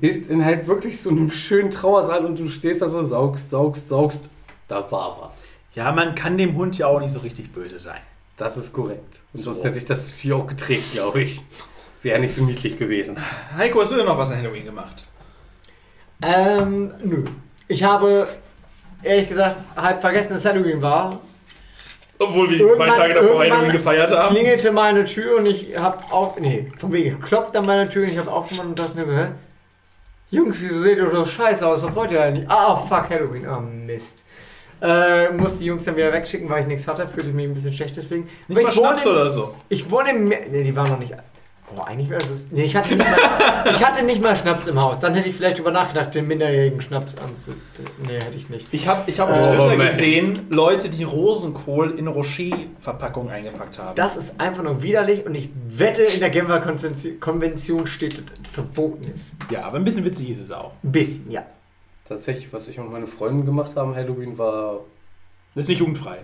S4: ist in halt wirklich so einem schönen Trauersaal und du stehst da so, saugst, saugst, saugst. Da war was.
S7: Ja, man kann dem Hund ja auch nicht so richtig böse sein.
S4: Das ist korrekt. Und sonst hätte ich das Vieh auch geträgt, glaube ich. Wäre nicht so niedlich gewesen.
S7: Heiko, hast du denn noch was an Halloween gemacht?
S3: Ähm, nö. Ich habe, ehrlich gesagt, halb vergessen, dass Halloween war.
S8: Obwohl wir
S3: Irgendwann-
S8: zwei Tage davor
S3: irgendwann
S8: Halloween gefeiert
S7: Ähm,
S8: haben.
S3: Klingelte meine Tür und ich hab auf, nee, von wegen geklopft an meiner Tür und ich hab aufgemacht und dachte mir so, hä? Jungs, wieso seht ihr so scheiße aus? Was wollt ihr eigentlich? Ah, fuck, Halloween. Oh, Mist. Äh, musste die Jungs dann wieder wegschicken, weil ich nichts hatte. Fühlte mich ein bisschen schlecht deswegen.
S7: Nicht mal
S3: ich wohne,
S7: Schnaps
S3: im-
S7: oder so.
S3: ich wohne im... Me- Nee, die waren noch nicht... Boah, eigentlich wäre das... Nee, ich hatte, nicht mal, ich hatte nicht mal Schnaps im Haus. Dann hätte ich vielleicht über nachgedacht, den minderjährigen Schnaps anzu... Nee, hätte ich nicht.
S5: Ich habe ich hab auf
S4: Oh,
S5: Twitter
S4: Moment.
S5: gesehen, Leute, die Rosenkohl in Rocher-Verpackung eingepackt haben.
S3: Das ist einfach nur widerlich und ich wette, in der Genfer Konvention- Konvention steht, dass das verboten ist.
S5: ja, aber ein bisschen witzig ist es auch.
S3: Ein bisschen, ja.
S4: Tatsächlich, was ich und meine Freundin gemacht haben, Halloween war.
S5: Das ist nicht jugendfrei.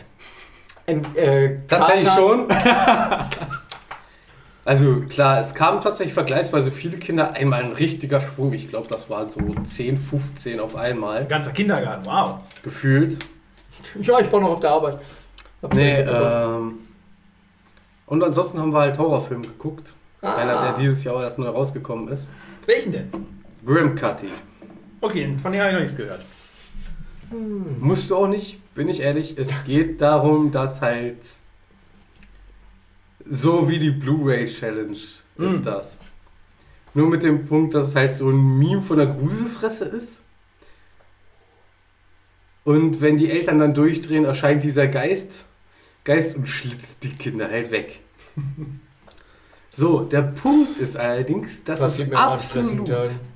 S3: Ein, äh,
S4: Tatsächlich
S3: Kater-
S4: schon. also klar, es kamen tatsächlich vergleichsweise viele Kinder. Einmal ein richtiger Sprung. Ich glaube, das waren so 10, 15 auf einmal.
S7: Ein ganzer Kindergarten, wow.
S4: Gefühlt.
S3: Ja, ich war noch auf der Arbeit. Hab
S4: Nee,
S3: den geguckt.
S4: ähm. Und ansonsten haben wir halt Horrorfilme geguckt.
S3: Ah.
S4: Einer, der dieses Jahr auch erst neu rausgekommen ist.
S3: äh,
S7: Welchen denn?
S4: Grim Cutty.
S7: Okay, von dem habe ich noch nichts gehört.
S4: Musst du auch nicht, bin ich ehrlich. Es geht darum, dass halt. So wie die Blu-ray Challenge
S3: Hm.
S4: ist das. Nur mit dem Punkt, dass es halt so ein Meme von der Gruselfresse ist. Und wenn die Eltern dann durchdrehen, erscheint dieser Geist. Geist und schlitzt die Kinder halt weg. so, der Punkt ist allerdings, dass
S3: Das
S4: es
S3: sieht mir auch
S4: absolut,
S3: an stressigen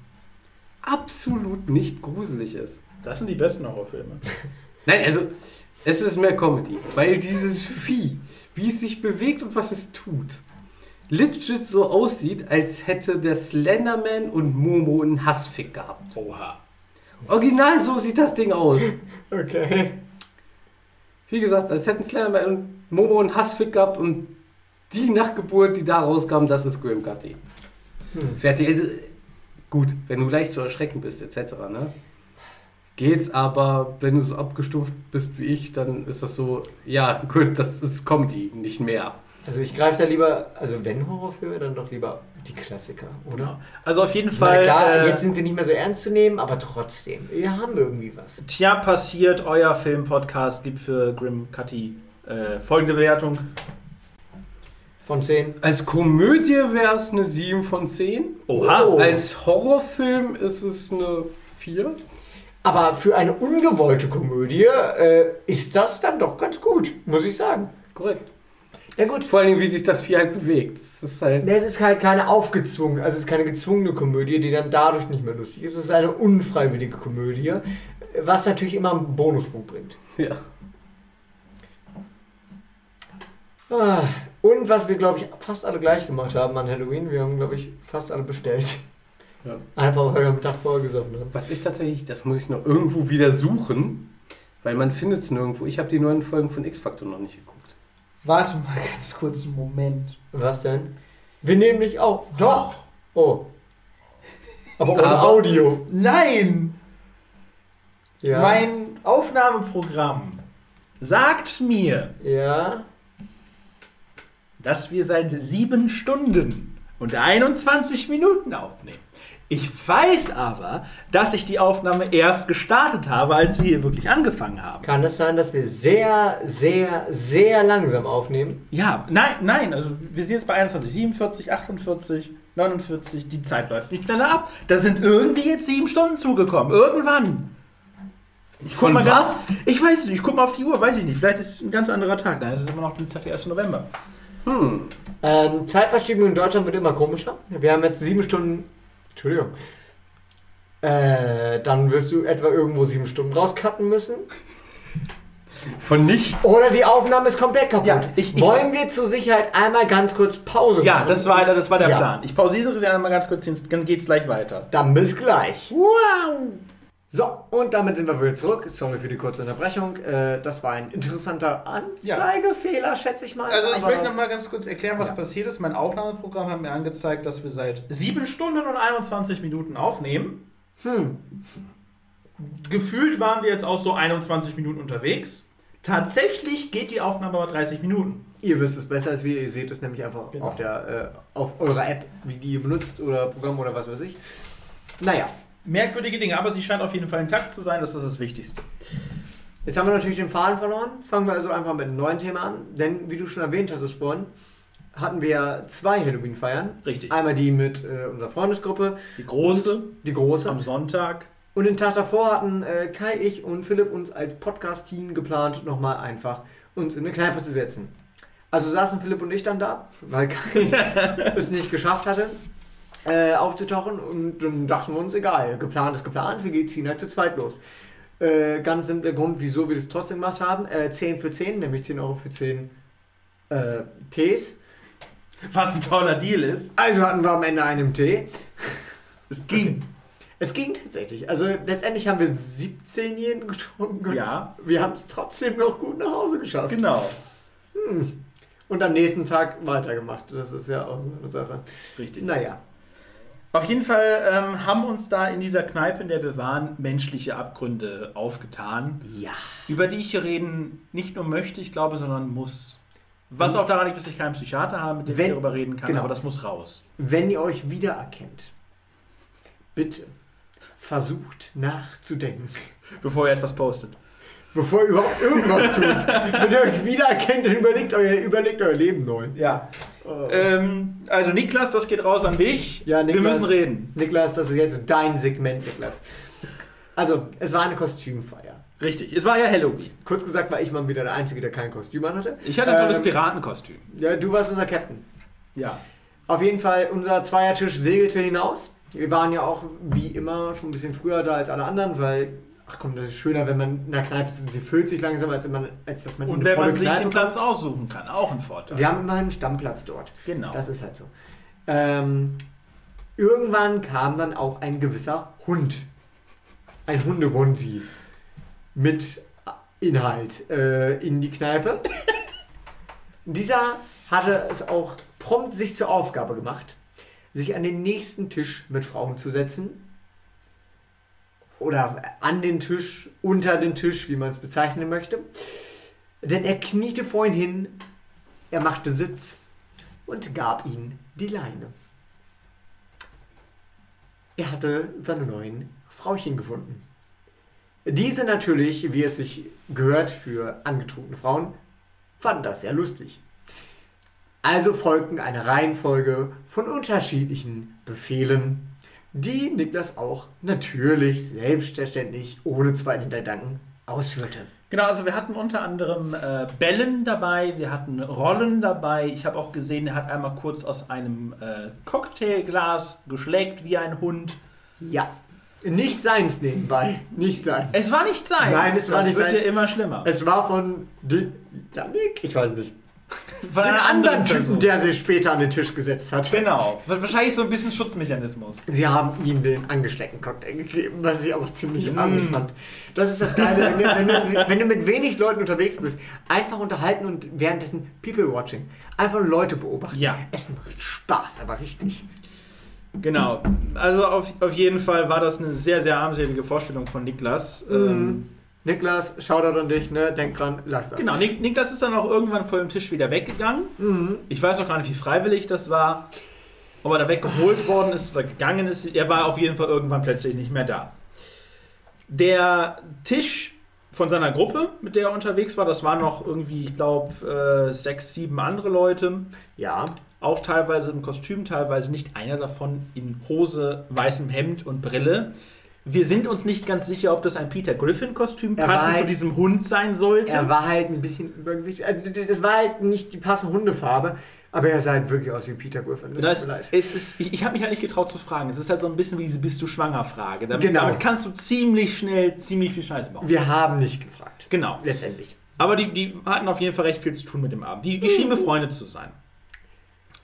S4: absolut nicht gruselig ist.
S7: Das sind die besten Horrorfilme.
S4: Nein, also es ist mehr Comedy, weil dieses Vieh, wie es sich bewegt und was es tut, legit so aussieht, als hätte der Slenderman und Momo einen Hassfick gehabt.
S5: Oha.
S4: Original so sieht das Ding aus.
S3: Okay.
S4: Wie gesagt, als hätten Slenderman und Momo einen Hassfick gehabt und die Nachgeburt, die da rauskam, das ist Grim Gatti. Fertig. Also, gut, wenn du leicht zu erschrecken bist, etc., ne? Geht's, aber wenn du so abgestumpft bist wie ich, dann ist das so, ja, gut, das ist Comedy, nicht mehr.
S3: Also ich greife da lieber, also wenn Horrorfilme, dann doch lieber die Klassiker, oder?
S7: Also auf jeden
S3: Ich meine,
S7: Fall.
S3: klar,
S7: äh,
S3: jetzt sind sie nicht mehr so ernst zu nehmen, aber trotzdem, wir haben irgendwie was.
S7: Tja, passiert, euer Film-Podcast gibt für Grim Cutty äh, folgende Bewertung.
S3: Von 10.
S4: Als Komödie wäre es eine 7 von 10.
S7: Oha.
S3: Oh.
S4: Als Horrorfilm ist es eine 4.
S3: Aber für eine ungewollte Komödie äh, ist das dann doch ganz gut, muss ich sagen.
S4: Korrekt.
S3: Ja gut.
S4: Vor allem, wie sich das Vieh halt bewegt. Das ist halt.
S3: Es ist halt keine aufgezwungene, also es ist keine gezwungene Komödie, die dann dadurch nicht mehr lustig ist. Es ist eine unfreiwillige Komödie, was natürlich immer einen Bonuspunkt bringt.
S4: Ja.
S3: Ah, Und was wir, glaube ich, fast alle gleich gemacht haben an Halloween, wir haben, glaube ich, fast alle bestellt.
S4: Ja.
S3: Einfach, weil wir am Tag vorher gesoffen haben.
S4: Was ich tatsächlich, das muss ich noch irgendwo wieder suchen, weil man findet es nirgendwo. Ich habe die neuen Folgen von X-Factor noch nicht geguckt.
S7: Warte mal ganz kurz einen Moment.
S3: Was denn? Wir nehmen dich auf.
S7: Doch!
S3: Oh. Aber ohne
S4: Aber-
S3: Audio.
S7: Nein!
S3: Ja.
S7: Mein Aufnahmeprogramm sagt mir,
S3: ja.
S7: dass wir seit sieben Stunden und 21 Minuten aufnehmen. Ich weiß aber, dass ich die Aufnahme erst gestartet habe, als wir hier wirklich angefangen haben.
S3: Kann es sein, dass wir sehr, sehr, sehr langsam aufnehmen?
S7: Ja, nein, nein, also wir sind jetzt bei 21, 47, 48, 49, die Zeit läuft nicht schneller ab. Da sind irgendwie jetzt sieben Stunden zugekommen, irgendwann.
S5: Ich guck
S4: Von
S5: mal ganz-
S4: was?
S5: Ich weiß es nicht, ich guck mal auf die Uhr, weiß ich nicht. Vielleicht ist es ein ganz anderer Tag. Nein, es ist immer noch Dienstag, der 1. November.
S4: Hm.
S3: Ähm, Zeitverschiebung in Deutschland wird immer komischer. Wir haben jetzt sieben Stunden. Entschuldigung. Äh, dann wirst du etwa irgendwo sieben Stunden rauscutten müssen.
S4: Von nicht.
S3: Oder die Aufnahme ist komplett kaputt.
S5: Ja, ich- ich-
S3: Wollen wir zur Sicherheit einmal ganz kurz Pause
S5: Ja,
S3: machen?
S5: das war, halt, das war der
S3: Ja.
S5: Plan. Ich pausiere sie einmal ganz kurz, dann geht's gleich weiter.
S3: Dann bis gleich.
S5: Wow!
S3: So, und damit sind wir wieder zurück. Sorry für die kurze Unterbrechung. Äh, das war ein interessanter Anzeigefehler, schätze ich mal.
S5: Also ich
S3: Aber-
S5: möchte noch mal ganz kurz erklären, was passiert ist. Mein Aufnahmeprogramm hat mir angezeigt, dass wir seit 7 Stunden und 21 Minuten aufnehmen.
S4: Hm.
S5: Gefühlt waren wir jetzt auch so 21 Minuten unterwegs. Tatsächlich geht die Aufnahme aber 30 Minuten.
S3: Ihr wisst es besser als wir, ihr seht es nämlich einfach
S5: Genau.
S3: auf, der, äh, auf eurer App, wie die ihr benutzt oder Programm oder was weiß ich. Naja,
S5: Merkwürdige Dinge, aber sie scheint auf jeden Fall intakt zu sein, das ist das Wichtigste.
S3: jetzt haben wir natürlich den Faden verloren. Fangen wir also einfach mit einem neuen Thema an. Denn wie du schon erwähnt hattest vorhin, hatten wir zwei Halloween-Feiern.
S5: Richtig.
S4: Ah,
S3: Einmal die mit äh, unserer Freundesgruppe,
S5: Die große
S3: die große.
S5: am Sonntag.
S3: Und den Tag davor hatten äh, Kai, ich und Philipp uns als Podcast-Team geplant, nochmal einfach uns in eine Kneipe zu setzen. Also saßen Philipp und ich dann da, weil Kai es nicht geschafft hatte, äh, aufzutauchen. Und dann dachten wir uns, egal, geplant ist geplant, wir ziehen halt zu zweit los. Äh, ganz simpler Grund, wieso wir das trotzdem gemacht haben. Äh, 10 für 10, nämlich 10 Euro für 10 äh, Tees.
S5: Was ein toller Deal ist.
S3: Also hatten wir am Ende einen Tee.
S5: Es ging.
S3: Es ging tatsächlich. Also letztendlich haben wir 17 Yen getrunken. und
S5: Ja.
S3: Wir haben es trotzdem noch gut nach Hause geschafft.
S5: Genau.
S3: Und am nächsten Tag weitergemacht. Das ist ja auch so eine Sache.
S5: Richtig.
S3: Naja.
S5: Auf jeden Fall ähm, haben uns da in dieser Kneipe, in der wir waren, menschliche Abgründe aufgetan,
S3: Ja.
S5: über die ich hier reden nicht nur möchte, ich glaube, sondern muss. Was auch daran liegt, dass ich keinen Psychiater habe, mit dem
S3: Wenn-
S5: ich darüber reden kann,
S3: genau.
S5: aber das muss raus.
S3: Wenn ihr euch wiedererkennt, bitte versucht nachzudenken.
S5: Bevor ihr etwas postet.
S3: Bevor ihr überhaupt irgendwas tut. Wenn ihr euch wiedererkennt, dann überlegt euer, überlegt euer Leben neu.
S5: Ja.
S3: Äh,
S5: Ähm, also Niklas, das geht raus an dich.
S3: Ja, Niklas.
S5: Wir müssen reden.
S3: Niklas, das ist jetzt dein Segment, Niklas. Also, es war eine Kostümfeier.
S5: Richtig. Es war ja Halloween.
S3: Kurz gesagt war ich mal wieder der Einzige, der kein Kostüm anhatte.
S5: Ich hatte nur das
S3: Ähm,
S5: Piratenkostüm.
S3: Ja, du warst unser Captain.
S5: Ja.
S3: Auf jeden Fall, unser Zweiertisch segelte hinaus. Wir waren ja auch wie immer schon ein bisschen früher da als alle anderen, weil, ach komm, das ist schöner, wenn man in der Kneipe sitzt, die füllt sich langsam, als, wenn man, als dass man in
S5: Und
S3: eine
S5: wenn man
S3: volle
S5: sich den
S3: Kneipe
S5: Platz aussuchen kann, auch ein Vorteil.
S3: kommt. Wir haben immer einen Stammplatz dort.
S5: Genau.
S3: Das ist halt so. Ähm, irgendwann kam dann auch ein gewisser Hund. Ein Hundebonsi. Mit Inhalt äh, in die Kneipe. Dieser hatte es auch prompt sich zur Aufgabe gemacht, sich an den nächsten Tisch mit Frauen zu setzen. Oder an den Tisch, unter den Tisch, wie man es bezeichnen möchte. Denn er kniete vorhin hin, er machte Sitz und gab ihm die Leine. Er hatte seine neuen Frauchen gefunden. Diese natürlich, wie es sich gehört für angetrunkene Frauen, fanden das sehr lustig. Also folgten eine Reihenfolge von unterschiedlichen Befehlen, die Niklas auch natürlich selbstverständlich ohne zweiten Hintergedanken ausführte.
S5: Genau, also wir hatten unter anderem äh, Bällen dabei, wir hatten Rollen dabei. Ich habe auch gesehen, er hat einmal kurz aus einem äh, Cocktailglas geschlägt wie ein Hund.
S3: Ja, nicht seins nebenbei, nicht seins.
S5: Es war nicht sein.
S3: Nein, es war
S5: das
S3: nicht
S5: wird
S3: seins.
S5: ja immer schlimmer.
S3: Es war von Danik? Ich weiß nicht.
S5: Von
S3: Den
S5: einer
S3: anderen
S5: Person.
S3: Typen, der sich später an den Tisch gesetzt hat.
S5: Genau. Wahrscheinlich so ein bisschen Schutzmechanismus.
S3: Sie haben ihm den angesteckten Cocktail gegeben, was ich auch ziemlich
S5: Mm.
S3: assig fand. Das ist das Geile, wenn du, wenn, du, wenn du mit wenig Leuten unterwegs bist, einfach unterhalten und währenddessen People Watching. Einfach Leute beobachten.
S5: Ja.
S3: Es macht Spaß, aber richtig.
S5: Genau. Also auf, auf jeden Fall war das eine sehr, sehr armselige Vorstellung von Niklas.
S3: Mhm.
S5: Ähm,
S3: Niklas, Shoutout an dich, ne? Denk dran, lass das.
S5: Genau, Nick, Nick, das ist dann auch irgendwann vor dem Tisch wieder weggegangen.
S3: Mhm.
S5: Ich weiß auch gar nicht, wie freiwillig das war. Ob er da weggeholt worden ist oder gegangen ist, er war auf jeden Fall irgendwann plötzlich nicht mehr da. Der Tisch von seiner Gruppe, mit der er unterwegs war, das waren noch irgendwie, ich glaube, äh, sechs, sieben andere Leute.
S3: Ja.
S5: Auch teilweise im Kostüm, teilweise nicht. Einer davon in Hose, weißem Hemd und Brille. Wir sind uns nicht ganz sicher, ob das ein Peter Griffin-Kostüm
S3: Er
S5: passend
S3: weiß-
S5: zu diesem Hund sein sollte.
S3: Er war halt ein bisschen übergewichtig. Also, Das war halt nicht die passende Hundefarbe, aber er sah halt wirklich aus wie Peter Griffin. Das
S5: Das,
S3: tut mir leid.
S5: es ist, ich ich habe mich halt nicht getraut zu fragen. Es ist halt so ein bisschen wie diese Bist du schwanger Frage. Damit,
S3: Genau.
S5: damit kannst du ziemlich schnell ziemlich viel Scheiße machen.
S3: Wir haben nicht gefragt.
S5: Genau.
S3: Letztendlich.
S5: Aber die, die hatten auf jeden Fall recht viel zu tun mit dem Abend. Die, die schienen
S3: Mhm.
S5: befreundet zu sein.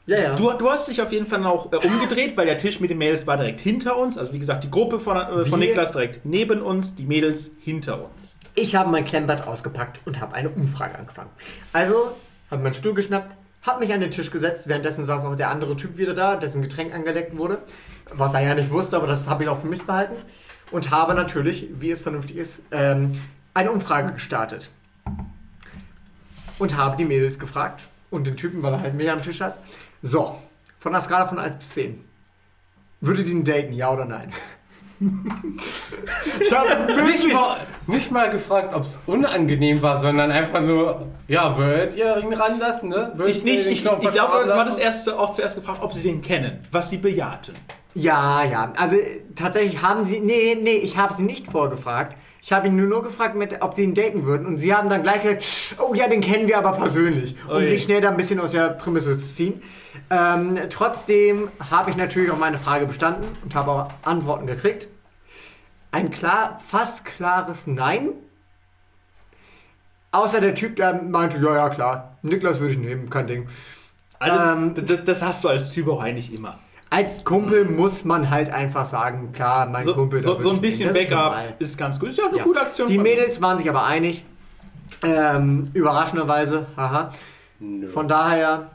S3: Ja, ja.
S5: Du, du hast dich auf jeden Fall auch äh, umgedreht, weil der Tisch mit den Mädels war direkt hinter uns. Also wie gesagt, die Gruppe von, äh, von
S3: Wir-
S5: Niklas direkt neben uns, die Mädels hinter uns.
S3: Ich habe mein Klemmbad ausgepackt und habe eine Umfrage angefangen. Also habe meinen Stuhl geschnappt, habe mich an den Tisch gesetzt. Währenddessen saß noch der andere Typ wieder da, dessen Getränk angeleckt wurde. Was er ja nicht wusste, aber das habe ich auch für mich behalten. Und habe natürlich, wie es vernünftig ist, ähm, eine Umfrage gestartet. Und habe die Mädels gefragt und den Typen, weil er halt mich am Tisch saß. So, von der Skala von 1 bis 10. Würdet ihr ihn daten, ja oder nein?
S4: Ich habe nicht, mal- nicht mal gefragt, ob es unangenehm war, sondern einfach nur, ja, würdet ihr ihn ranlassen, ne? Würdet
S5: Ich, nicht,
S4: ihr den
S5: ich, ich
S4: Knochen
S5: glaube, du
S4: ranlassen?
S5: hattest erst, auch zuerst gefragt, ob sie den kennen, was sie bejahten.
S3: Ja, ja. Also äh, tatsächlich haben sie. Nee, nee, ich habe sie nicht vorgefragt. Ich habe ihn nur, nur gefragt, mit, ob sie ihn daten würden. Und sie haben dann gleich gesagt, oh ja, den kennen wir aber persönlich. Um
S5: Ui.
S3: sich schnell da ein bisschen aus der Prämisse zu ziehen. Ähm, trotzdem habe ich natürlich auch meine Frage bestanden und habe auch Antworten gekriegt. Ein klar, fast klares Nein. Außer der Typ, der meinte, ja, ja, klar, Niklas würde ich nehmen, kein Ding.
S5: Alles,
S3: Ähm,
S5: Also das, das hast du als Typ auch eigentlich immer.
S3: Als Kumpel muss man halt einfach sagen, klar, mein
S5: So,
S3: Kumpel. da
S5: so,
S3: würde
S5: so ein
S3: ich
S5: bisschen
S3: gehen. Das ist
S5: Backup
S3: normal.
S5: ist ganz gut. Ist ja eine
S3: Ja.
S5: gute Aktion.
S3: Die
S5: von-
S3: Mädels waren sich aber einig. Ähm, überraschenderweise, haha. Von daher,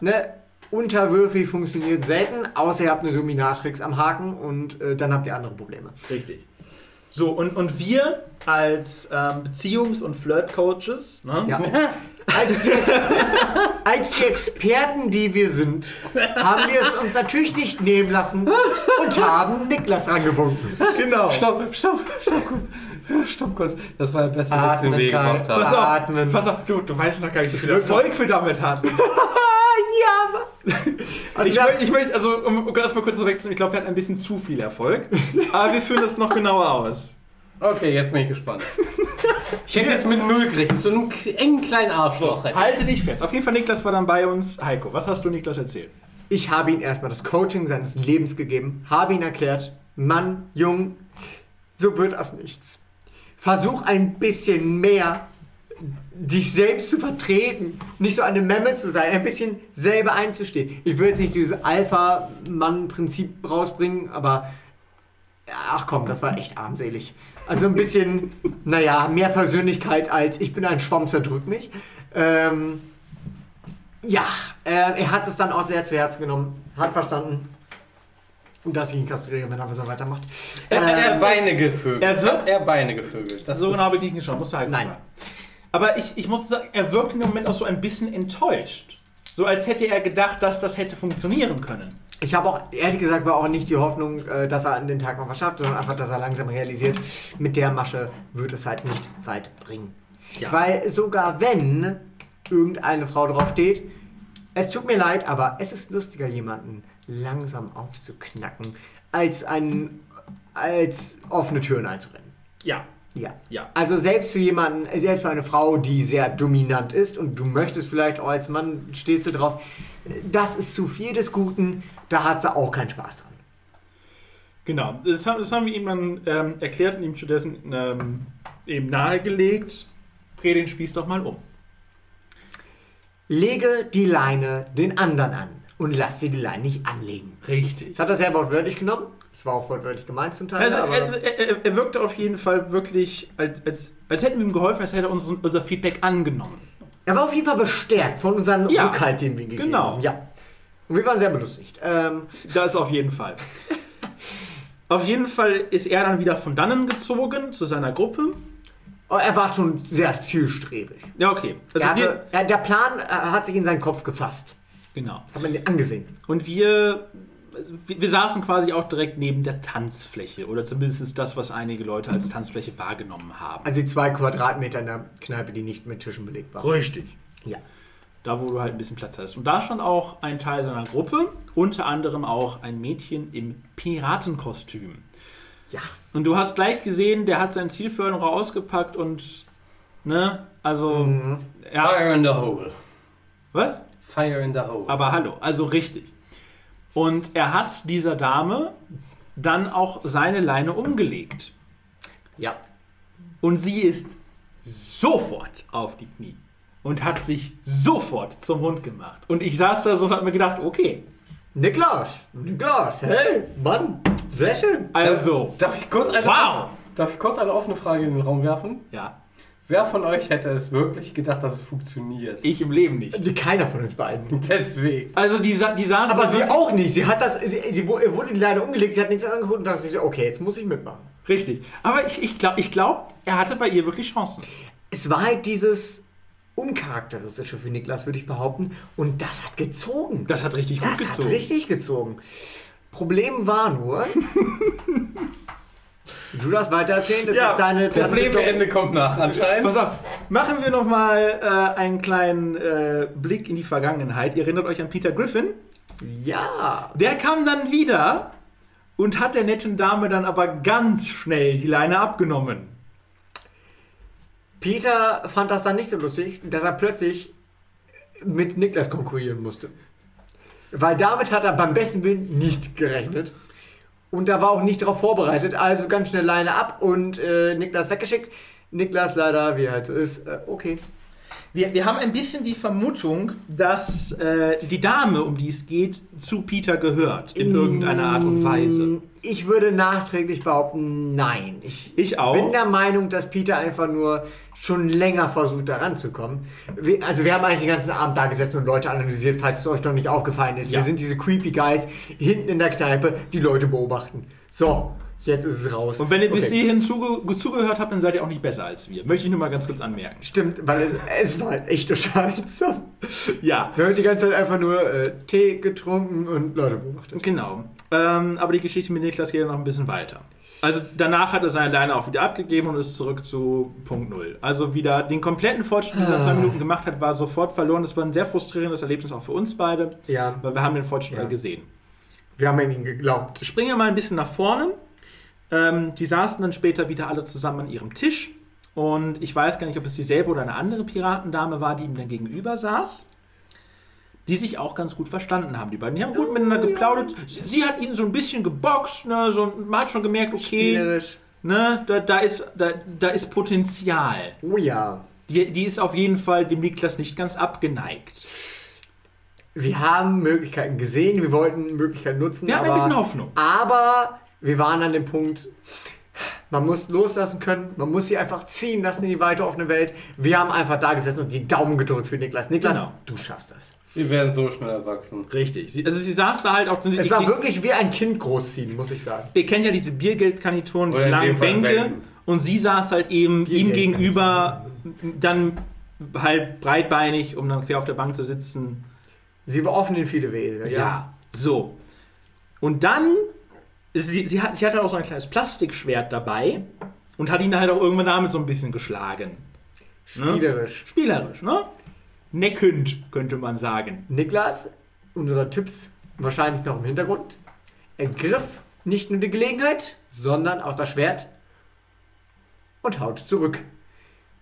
S3: ne, unterwürfig funktioniert selten, außer ihr habt eine Dominatrix am Haken und äh, dann habt ihr andere Probleme.
S5: Richtig. So, und, und wir als ähm, Beziehungs- und Flirt-Coaches, ne?
S3: Ja. Als die, Ex als die Experten, die wir sind, haben wir es uns natürlich nicht nehmen lassen und haben Niklas angewunken.
S5: genau.
S4: Stopp, Oh. stopp, stopp kurz. Stopp kurz. Das war der beste Witz, den
S3: Atmen,
S4: wir je
S3: Karl.
S4: gemacht haben.
S5: Pass auf,
S3: Atmen.
S5: pass auf, du, du weißt noch gar nicht, wie viel Erfolg wir damit hatten.
S3: Also
S5: Ah, ich,
S3: wir haben-
S5: möchte, ich möchte, also um um erstmal kurz zurückzunehmen, ich glaube, wir hatten ein bisschen zu viel Erfolg, aber wir führen das noch genauer aus.
S4: Okay, jetzt bin ich gespannt. Ich hätte jetzt mit Null gerechnet, so einem k- engen kleinen Arschloch.
S5: Halte dich fest. Auf jeden Fall, Niklas war dann bei uns. Heiko, was hast du Niklas erzählt?
S3: Ich habe ihm erstmal das Coaching seines Lebens gegeben, habe ihm erklärt, Mann, Jung, so wird das nichts. Versuch ein bisschen mehr dich selbst zu vertreten, nicht so eine Memme zu sein, ein bisschen selber einzustehen. Ich will jetzt nicht dieses Alpha-Mann-Prinzip rausbringen, aber ach komm, das war echt armselig. Also ein bisschen, naja, mehr Persönlichkeit als ich bin ein Schwamm, zerdrück mich. Ähm, ja, äh, er hat es dann auch sehr zu Herzen genommen, hat verstanden, dass ich ihn kastriere, wenn er so weitermacht.
S4: Er hat er
S3: Ähm,
S4: Beine gevögelt.
S5: er wird-
S4: Hat er Beine gevögelt. Das
S5: So
S4: ist-
S5: genau habe ich nicht geschaut, musst du Heiko
S3: Nein.
S5: fragen. Aber ich, ich muss sagen, er wirkt im Moment auch so ein bisschen enttäuscht. So als hätte er gedacht, dass das hätte funktionieren können.
S3: ich habe auch, ehrlich gesagt, war auch nicht die Hoffnung, äh, dass er an den Tag noch was schafft, sondern einfach, dass er langsam realisiert, mit der Masche wird es halt nicht weit bringen. Weil sogar wenn irgendeine Frau draufsteht, es tut mir leid, aber es ist lustiger, jemanden langsam aufzuknacken, als, einen, als offene Türen einzurennen.
S5: Ja.
S3: Ja.
S5: Ja.
S3: Also selbst für jemanden, selbst für eine Frau, die sehr dominant ist und du möchtest vielleicht auch als Mann, stehst du drauf, das ist zu viel des Guten, da hat sie auch keinen Spaß dran.
S5: Genau, das haben, das haben wir ihm dann ähm, erklärt und ihm stattdessen ähm, eben nahegelegt, dreh den Spieß doch mal um.
S3: Lege die Leine den anderen an und lass sie die Leine nicht anlegen.
S5: Richtig.
S3: Das hat er sehr wortwörtlich genommen. Das war auch wortwörtlich gemeint zum Teil.
S5: Also,
S3: aber
S5: also er, er- er wirkte auf jeden Fall wirklich, als, als, als hätten wir ihm geholfen, als hätte er uns unser Feedback angenommen.
S3: er war auf jeden Fall bestärkt von unserem
S5: Ja,
S3: Rückhalt, den wir gegeben
S5: genau.
S3: haben. Ja. Und wir waren sehr belustigt. Ähm,
S5: Das auf jeden Fall. auf jeden Fall ist er dann wieder von dannen gezogen zu seiner Gruppe.
S3: aber er war schon sehr zielstrebig.
S5: Ja, okay. Also
S3: Er
S5: wir,
S3: hatte, er, der Plan äh, hat sich in seinen Kopf gefasst.
S5: genau.
S3: Hat man angesehen.
S5: Und wir, wir, wir saßen quasi auch direkt neben der Tanzfläche oder zumindest das, was einige Leute als Tanzfläche wahrgenommen haben.
S3: Also die zwei Quadratmeter in der Kneipe, die nicht mit Tischen belegt waren.
S5: Richtig.
S3: Ja.
S5: Da, wo du halt ein bisschen Platz hast. Und da stand auch ein Teil seiner Gruppe, unter anderem auch ein Mädchen im Piratenkostüm.
S3: Ja.
S5: Und du hast gleich gesehen, der hat seinen Zielförderer ausgepackt und, ne, also, ja,
S4: Fire in the hole.
S5: was?
S4: Fire in the hole.
S5: Aber hallo, also richtig. Und er hat dieser Dame dann auch seine Leine umgelegt.
S3: Ja.
S5: Und sie ist sofort auf die Knie und hat sich sofort zum Hund gemacht. Und ich saß da so und habe mir gedacht, okay,
S3: Niklas, Niklas, hey, Mann, sehr schön.
S5: also,
S4: darf ich kurz eine,
S5: wow.
S4: darf ich kurz eine offene Frage in den Raum werfen?
S5: Ja,
S4: Wer von euch hätte es wirklich gedacht, dass es funktioniert?
S5: ich im Leben nicht.
S3: Keiner von uns beiden.
S4: Deswegen.
S5: Also die, sa die saß
S3: Aber
S5: da
S3: sie
S5: wirklich-
S3: auch nicht. Sie hat das, sie, sie wu- wurde die Leine umgelegt, sie hat nichts angeguckt und dachte sich, so, okay, jetzt muss ich mitmachen.
S5: richtig. Aber ich, ich glaube, ich glaub, er hatte bei ihr wirklich Chancen.
S3: Es war halt dieses Uncharakteristische für Niklas, würde ich behaupten. Und das hat gezogen.
S5: Das hat richtig
S3: Das
S5: gut
S3: hat
S5: gezogen.
S3: richtig gezogen. Problem war nur. du darfst weitererzählen, das
S7: Ja,
S3: ist deine
S4: Das
S3: Ende.
S4: Lebeende kommt nach anscheinend.
S5: Pass auf, machen wir nochmal äh, einen kleinen äh, Blick in die Vergangenheit. Ihr erinnert euch an Peter Griffin.
S3: Ja.
S5: Der kam dann wieder und hat der netten Dame dann aber ganz schnell die Leine abgenommen.
S3: Peter fand das dann nicht so lustig, dass er plötzlich mit Niklas konkurrieren musste. Weil damit hat er beim besten Willen nicht gerechnet. Und da war auch nicht darauf vorbereitet. Also ganz schnell Leine ab und äh, Niklas weggeschickt. Niklas leider, wie er halt so ist, äh, okay.
S5: Wir, wir haben ein bisschen die Vermutung, dass äh, die Dame, um die es geht, zu Peter gehört. In irgendeiner Art und Weise.
S3: Ich würde nachträglich behaupten, nein. Ich,
S5: Ich auch.
S3: bin der Meinung, dass Peter einfach nur schon länger versucht, da ranzukommen. Wir, also wir haben eigentlich den ganzen Abend da gesessen und Leute analysiert, falls es euch noch nicht aufgefallen ist. Wir sind diese creepy Guys hinten in der Kneipe, die Leute beobachten. So, jetzt ist es raus.
S5: Und wenn ihr bis
S3: Okay.
S5: hierhin zuge zugehört habt, dann seid ihr auch nicht besser als wir. Möchte ich nur mal ganz kurz anmerken.
S3: Stimmt, weil es, es war halt echt unterhaltsam.
S5: Ja,
S3: Wir haben die ganze Zeit einfach nur äh, Tee getrunken und Leute beobachtet.
S5: genau. Ähm, aber die Geschichte mit Niklas geht ja noch ein bisschen weiter. Also danach hat er seine Leine auch wieder abgegeben und ist zurück zu Punkt Null. Also wieder den kompletten Fortschritt, den er in
S3: Ah.
S5: zwei Minuten gemacht hat, war sofort verloren. Das war ein sehr frustrierendes Erlebnis auch für uns beide.
S3: Ja,
S5: Weil wir haben den Fortschritt
S3: Ja.
S5: alle gesehen.
S3: wir haben an ihn geglaubt.
S5: Springen wir mal ein bisschen nach vorne. Ähm, die saßen dann später wieder alle zusammen an ihrem Tisch. Und ich weiß gar nicht, ob es dieselbe oder eine andere Piratendame war, die ihm dann gegenüber saß. Die sich auch ganz gut verstanden haben. Die beiden die haben gut miteinander geplaudert. Sie, sie hat ihn so ein bisschen geboxt. Ne? So, man hat schon gemerkt, okay,
S3: Spielerisch.
S5: ne? da, da, ist, da, da ist Potenzial.
S3: Oh ja.
S5: Die, die ist auf jeden Fall dem Niklas nicht ganz abgeneigt.
S3: Wir haben Möglichkeiten gesehen, wir wollten Möglichkeiten nutzen.
S5: Wir haben
S3: aber,
S5: ein bisschen Hoffnung.
S3: aber wir waren an dem Punkt, man muss loslassen können, man muss sie einfach ziehen lassen in die weite offene Welt. Wir haben einfach da gesessen und die Daumen gedrückt für Niklas. Niklas,
S5: Genau.
S3: du schaffst das.
S4: Sie werden so schnell erwachsen.
S5: Richtig. Sie, also sie saß da halt auch.
S3: Es war wirklich wie ein Kind großziehen, muss ich sagen.
S5: ihr kennt ja diese Biergeldkanitoren,
S4: Oder
S5: diese
S4: in
S5: langen
S4: dem Fall
S5: Bänke.
S4: Welpen.
S5: Und sie saß halt eben ihm gegenüber, dann halt breitbeinig, um dann quer auf der Bank zu sitzen.
S3: Sie war offen in viele Wege.
S5: Ja, ne?
S3: Ja.
S5: so. Und dann, sie, sie, hat, sie hatte auch so ein kleines Plastikschwert dabei und hat ihn halt auch irgendwann damit so ein bisschen geschlagen.
S3: Spielerisch.
S5: Spielerisch, ne? Neckend, könnte man sagen.
S3: Niklas, unsere Tipps wahrscheinlich noch im Hintergrund, ergriff nicht nur die Gelegenheit, sondern auch das Schwert und haut zurück.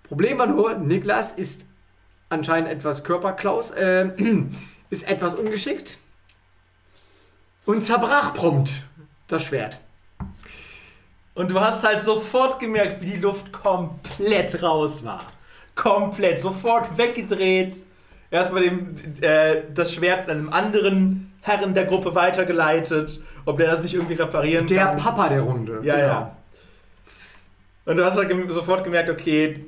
S3: Problem war nur, Niklas ist anscheinend etwas Körperklaus, äh, ist etwas ungeschickt und zerbrach prompt das Schwert.
S5: Und du hast halt sofort gemerkt, wie die Luft komplett raus war. Komplett, sofort weggedreht. Erstmal dem, äh, das Schwert einem anderen Herren der Gruppe weitergeleitet, ob der das nicht irgendwie reparieren
S3: Der genau.
S5: kann.
S3: Papa der Runde.
S5: Ja, ja. Und du hast halt gem sofort gemerkt, okay,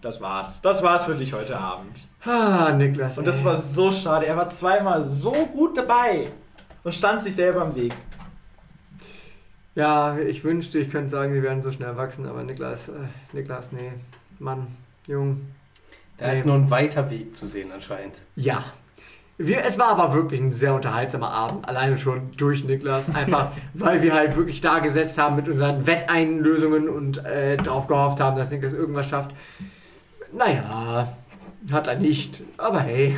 S5: das war's. Das war's für dich heute Abend.
S3: Ah, Niklas.
S5: Und das
S3: ey.
S5: war so schade. Er war zweimal so gut dabei und stand sich selber im Weg.
S3: Ja, ich wünschte, ich könnte sagen, wir werden so schnell wachsen, aber Niklas, äh, Niklas, nee. Mann, Jung.
S4: Da ist nur ein weiter Weg zu sehen anscheinend.
S3: Ja. Wir, es war aber wirklich ein sehr unterhaltsamer Abend, alleine schon durch Niklas, einfach weil wir halt wirklich da gesetzt haben mit unseren Wetteinlösungen und äh, darauf gehofft haben, dass Niklas irgendwas schafft. Naja, hat er nicht, aber hey,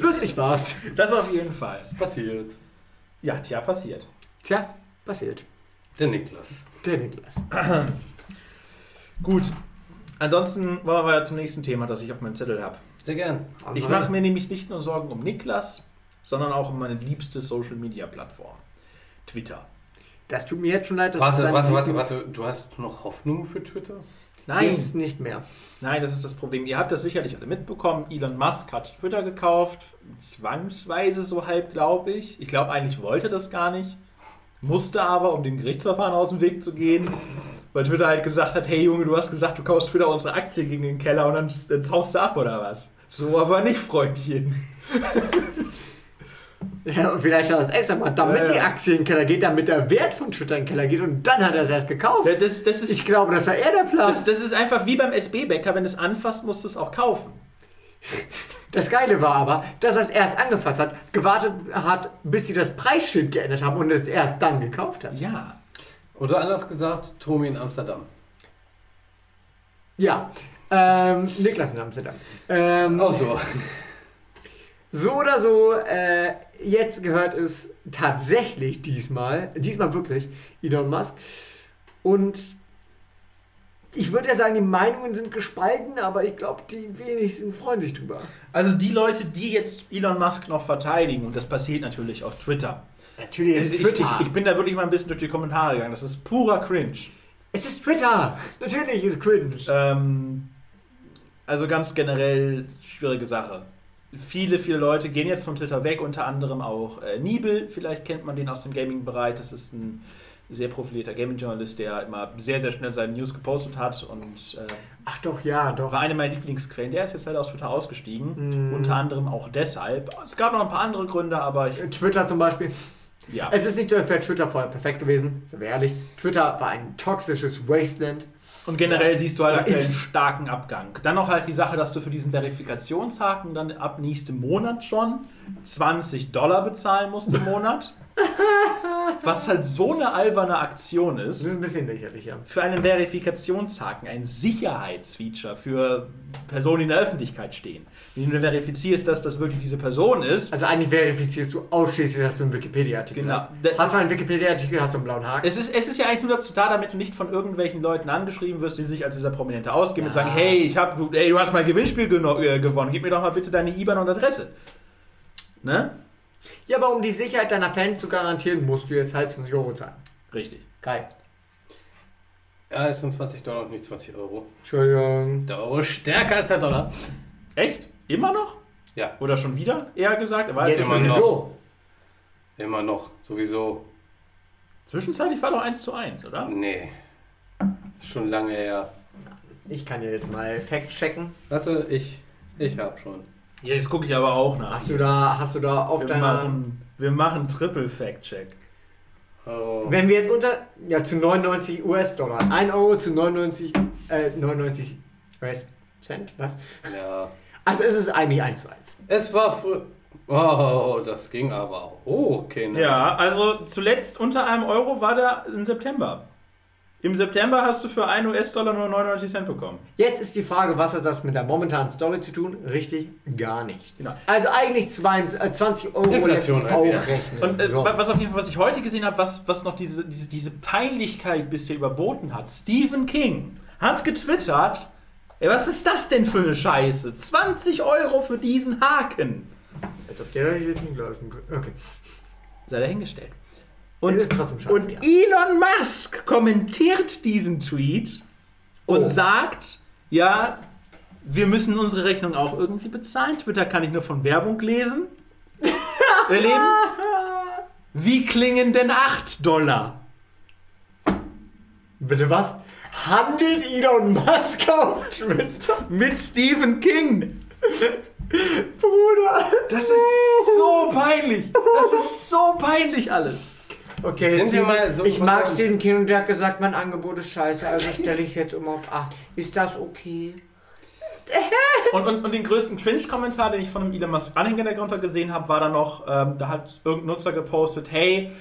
S3: lustig war's.
S5: Das auf jeden Fall.
S4: Passiert.
S5: Ja, tja, passiert.
S3: Tja, passiert.
S4: Der Niklas.
S3: Der Niklas.
S5: Gut. Ansonsten wollen wir zum nächsten Thema, das ich auf meinem Zettel habe.
S4: Sehr gern.
S5: Ich mache mir nämlich nicht nur Sorgen um Niklas, sondern auch um meine liebste Social Media Plattform. Twitter.
S3: Das tut mir jetzt schon leid, dass es
S4: warte,
S3: seine
S4: warte, warte,
S3: Lieblings-
S4: warte. Du hast noch Hoffnung für Twitter?
S5: Nein,
S3: Jetzt nicht mehr.
S5: nein, das ist das Problem. Ihr habt das sicherlich alle mitbekommen. Elon Musk hat Twitter gekauft, zwangsweise so halb, glaube ich. Ich glaube, eigentlich wollte das gar nicht, musste aber, um dem Gerichtsverfahren aus dem Weg zu gehen, weil Twitter halt gesagt hat, hey Junge, du hast gesagt, du kaufst Twitter unsere Aktie gegen den Keller und dann, dann haust du ab oder was? So aber nicht, Freundchen.
S3: Ja, und vielleicht hat er es extra mal, damit
S5: Ja, ja.
S3: die Aktie in den Keller geht, damit der Wert von Twitter in den Keller geht und dann hat er es erst gekauft.
S5: Ja, Äh, Das, das, ist,
S3: Ich glaube, das war eher der Plan.
S5: das, das ist einfach wie beim SB-Bäcker, wenn du es anfasst, musst du es auch kaufen.
S3: Das Geile war aber, dass er es erst angefasst hat, gewartet hat, bis sie das Preisschild geändert haben und es erst dann gekauft hat.
S5: Ja.
S4: Oder anders gesagt, Tommy in Amsterdam.
S3: Ja. Ähm, Niklas in Amsterdam. Ähm,
S4: Auch so.
S3: So oder so, äh, jetzt gehört es tatsächlich diesmal, diesmal wirklich, Elon Musk. Und ich würde ja sagen, die Meinungen sind gespalten, aber ich glaube, die wenigsten freuen sich drüber.
S5: Also die Leute, die jetzt Elon Musk noch verteidigen, und das passiert natürlich auf Twitter. Also
S3: Natürlich
S5: Ich, ich, ich bin da wirklich mal ein bisschen durch die Kommentare gegangen. Das ist purer Cringe.
S3: es ist Twitter. Natürlich ist cringe.
S5: Ähm, also ganz generell schwierige Sache. Viele, viele Leute gehen jetzt von Twitter weg, unter anderem auch äh, Nibel, vielleicht kennt man den aus dem Gaming-Bereich. Das ist ein sehr profilierter Gaming-Journalist, der immer sehr, sehr schnell seine News gepostet hat und äh,
S3: Ach doch, ja, doch.
S5: war eine meiner Lieblingsquellen. Der ist jetzt leider aus Twitter ausgestiegen,
S3: Mm.
S5: unter anderem auch deshalb. Es gab noch ein paar andere Gründe, aber ich,
S3: Twitter zum Beispiel.
S5: ja.
S3: Es ist nicht für Twitter vorher perfekt gewesen, sind wir ehrlich. Twitter war ein toxisches Wasteland.
S5: Und generell siehst du halt
S3: Ja,
S5: aktuell einen
S3: ist-
S5: starken Abgang. Dann noch halt die Sache, dass du für diesen Verifikationshaken dann ab nächstem Monat schon 20 Dollar bezahlen musst im Monat. was halt so eine alberne Aktion
S3: Das ist
S5: ist.
S3: ein bisschen lächerlich, ja.
S5: Für einen Verifikationshaken, ein Sicherheitsfeature für Personen, die in der Öffentlichkeit stehen. Wenn du verifizierst, dass das wirklich diese Person ist,
S3: Also eigentlich verifizierst du ausschließlich, dass du einen Wikipedia-Artikel
S5: Genau.
S3: hast. Hast du einen Wikipedia-Artikel, hast du einen blauen Haken.
S5: Es ist, es ist ja eigentlich nur dazu da, damit du nicht von irgendwelchen Leuten angeschrieben wirst, die sich als dieser Prominente ausgeben und sagen, hey, ich hab, du, ey, du hast mein Gewinnspiel geno- äh, gewonnen, gib mir doch mal bitte deine IBAN und Adresse. Ne?
S3: Ja, aber um die Sicherheit deiner Fans zu garantieren, musst du jetzt halt 20 Euro zahlen.
S5: Richtig.
S3: Geil.
S4: Ja, es sind 20 Dollar und nicht 20 Euro.
S3: Entschuldigung.
S4: Der Euro stärker als der Dollar.
S5: Echt? Immer noch?
S4: Ja.
S5: Oder schon wieder, eher gesagt? Aber
S3: Jetzt
S4: immer noch.
S3: sowieso.
S4: Immer noch. Sowieso.
S5: Zwischenzeitlich war doch 1 zu 1, oder?
S4: Nee. Schon lange her.
S3: Ich kann ja jetzt mal Fact checken.
S4: Warte, ich. Ich hab schon.
S5: Ja, jetzt gucke ich aber auch nach.
S3: Hast du da, hast du da auf
S5: wir,
S3: deiner...
S5: machen, wir machen Triple Fact Check.
S4: Euro.
S3: Wenn wir jetzt unter... Ja, zu 99 US-Dollar. 1 Euro zu 99... Äh, 99 US-Cent, was?
S4: Ja.
S3: Also ist es eigentlich 1 zu 1.
S4: Es war früher. Oh, das ging aber hoch, Kinder.
S5: Ja, also zuletzt unter einem Euro war der im September. Im September hast du für 1 US-Dollar nur 99 Cent bekommen.
S3: Jetzt ist die Frage, was hat das mit der momentanen Story zu tun? Richtig, gar nichts.
S5: Genau.
S3: Also eigentlich 22, äh, 20 Euro
S4: Inflation
S3: lässt
S4: halt
S3: auch
S4: wieder.
S3: rechnen.
S5: Und äh,
S3: So.
S5: wa- was auf jeden Fall, was ich heute gesehen habe, was, was noch diese, diese, diese Peinlichkeit bisher überboten hat. Stephen King hat getwittert, ey, was ist das denn für eine Scheiße? 20 Euro für diesen Haken.
S3: Als ob der euch jetzt nicht laufen könnte. Okay.
S5: Sei dahingestellt.
S3: Und
S5: Und,
S3: ist trotzdem scheiße.
S5: und Elon Musk kommentiert diesen Tweet und
S3: Oh.
S5: sagt, ja, wir müssen unsere Rechnung auch irgendwie bezahlen. Twitter kann ich nur von Werbung lesen. Wir leben. Wie klingen denn 8 Dollar?
S3: Bitte was? Handelt Elon Musk auf Twitter?
S5: Mit Stephen King.
S3: Bruder!
S5: Das ist so peinlich. Das ist so peinlich alles.
S3: Okay,
S4: Sind wir
S3: Steven,
S4: mal so
S3: ich mag
S4: verdammt-
S3: Stephen King und der hat gesagt, mein Angebot ist scheiße, also stelle ich jetzt um auf 8. Ist das okay?
S5: Und, und, und den größten Cringe-Kommentar, den ich von einem Elon Musk-Anhänger der darunter gesehen habe, war dann noch, ähm, da hat irgendein Nutzer gepostet, hey,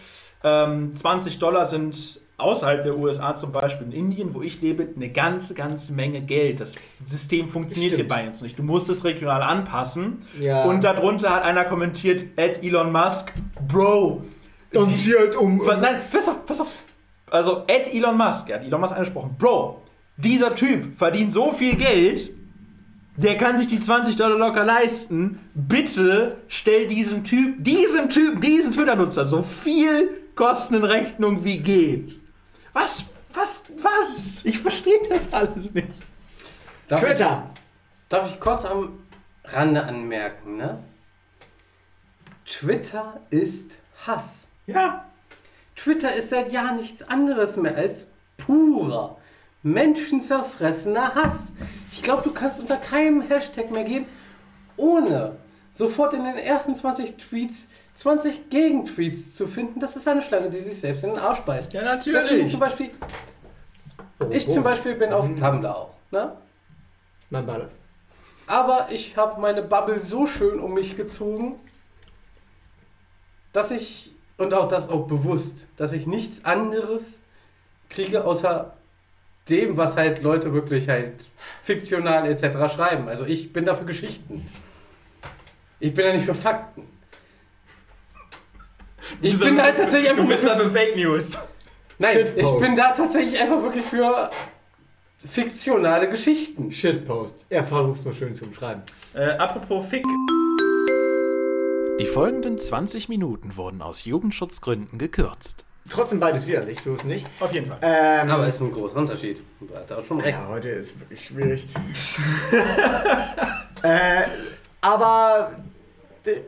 S5: ähm, 20 Dollar sind außerhalb der USA, zum Beispiel in Indien, wo ich lebe, eine ganze, ganze Menge Geld. Das System funktioniert
S3: Stimmt.
S5: hier bei uns nicht. Du musst es regional anpassen.
S3: Ja.
S5: Und darunter hat einer kommentiert, at Elon Musk, Bro,
S3: Dann sie halt um.
S5: Wa- Nein, pass auf, pass auf. Also, Ed Elon Musk, er hat Elon Musk angesprochen. Bro, dieser Typ verdient so viel Geld, der kann sich die 20 Dollar locker leisten. Bitte stell diesem Typ, diesem Typ, diesem Twitter-Nutzer so viel Kosten in Rechnung wie geht. Was, was, was? Ich verstehe das alles nicht.
S4: Darf ich,
S3: Twitter.
S4: darf ich kurz am Rande anmerken, ne? Twitter ist Hass.
S5: Ja,
S4: Twitter ist seit Jahren nichts anderes mehr als purer, menschenzerfressener Hass. Ich glaube, du kannst unter keinem Hashtag mehr gehen, ohne sofort in den ersten 20 Tweets 20 Gegentweets zu finden. Das ist eine Schlange, die sich selbst in den Arsch beißt.
S5: Ja,
S4: Das finde ich
S5: natürlich.
S4: zum Beispiel, ich zum Beispiel bin
S5: Mhm.
S4: auf Tumblr auch. Ne?
S3: Mein Ball.
S4: Aber ich habe meine Bubble so schön um mich gezogen, dass ich, und auch das auch bewusst, dass ich nichts anderes kriege, außer dem, was halt Leute wirklich halt fiktional etc. schreiben. Also ich bin dafür Geschichten. Ich bin ja nicht für Fakten. Ich
S7: bist
S4: bin
S7: aber-
S4: halt tatsächlich einfach
S7: Du bist
S4: für,
S7: da für Fake News.
S4: Nein, ich
S3: Shitpost.
S4: bin da tatsächlich einfach wirklich für fiktionale Geschichten.
S3: Shitpost. Er versucht es nur schön zu umschreiben.
S7: Äh, apropos Fick.
S9: Die folgenden 20 Minuten wurden aus Jugendschutzgründen gekürzt.
S3: Trotzdem beides widerlich, so ist nicht.
S5: Auf jeden Fall.
S3: Ähm,
S4: Aber es ist ein großer Unterschied. Da hat er auch schon recht.
S3: ja, heute ist wirklich schwierig. äh, aber. d-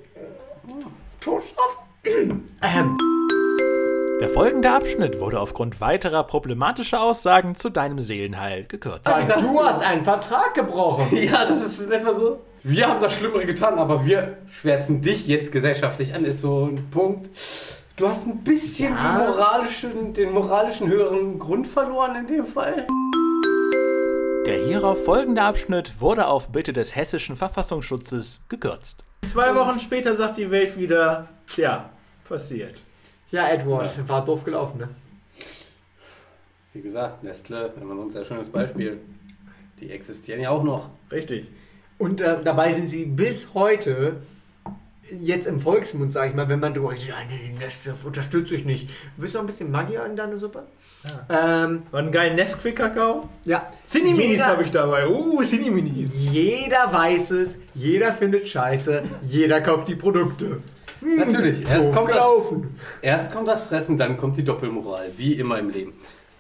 S3: Torschaft? Ahem.
S9: Der folgende Abschnitt wurde aufgrund weiterer problematischer Aussagen zu deinem Seelenheil gekürzt.
S4: das-
S3: Du hast einen Vertrag gebrochen.
S4: Ja, das ist in etwa so. Wir haben das Schlimmere getan, aber wir schwärzen dich jetzt gesellschaftlich an, ist so ein Punkt. Du hast ein bisschen die moralischen, den moralischen höheren Grund verloren in dem Fall.
S9: Der hierauf folgende Abschnitt wurde auf Bitte des hessischen Verfassungsschutzes gekürzt.
S5: Zwei Wochen später sagt die Welt wieder, tja, passiert.
S3: Ja, Edward, war doof gelaufen, ne?
S4: Wie gesagt, Nestle, wenn man uns ein schönes Beispiel. Die existieren ja auch noch.
S5: Richtig.
S3: Und äh, dabei sind sie bis heute jetzt im Volksmund, sag ich mal, wenn man drüber redet, ah, nee, das unterstütze ich nicht. Willst du noch ein bisschen Magier in deine Suppe? Ja. Ähm,
S5: War ein geiler Nesquik-Kakao.
S3: ja.
S5: Cineminis
S3: Jeder-
S5: habe ich dabei. Uh, Cineminis.
S3: Jeder weiß es, jeder findet Scheiße, jeder kauft die Produkte. Hm,
S4: Natürlich, erst
S3: doof
S4: kommt das-
S3: gelaufen.
S4: Erst kommt das Fressen, dann kommt die Doppelmoral, wie immer im Leben.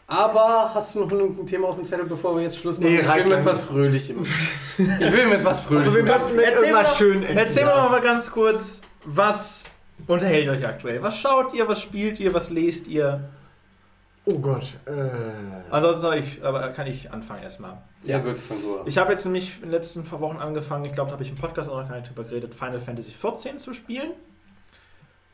S4: Aber hast du noch irgendein Thema auf dem Zettel, bevor wir jetzt Schluss machen?
S3: Nee,
S4: ich
S3: reicht
S4: will mit
S3: langsam.
S4: etwas Fröhlichem. Ich will mit etwas
S3: Also wir
S4: Fröhlichem.
S3: müssen mit
S5: Erzähl
S3: irgendwas
S5: mal-
S3: schön enden.
S5: Erzähl mir doch mal ganz kurz, was unterhält euch aktuell? Was schaut ihr, was spielt ihr, was lest ihr?
S3: Oh Gott. Äh,
S5: Ansonsten hab ich, aber kann ich anfangen erstmal.
S4: ja, gut, von Gura.
S5: Ich habe jetzt nämlich in den letzten paar Wochen angefangen, ich glaube, da habe ich im Podcast auch noch gar nicht drüber geredet, Final Fantasy XIV zu spielen.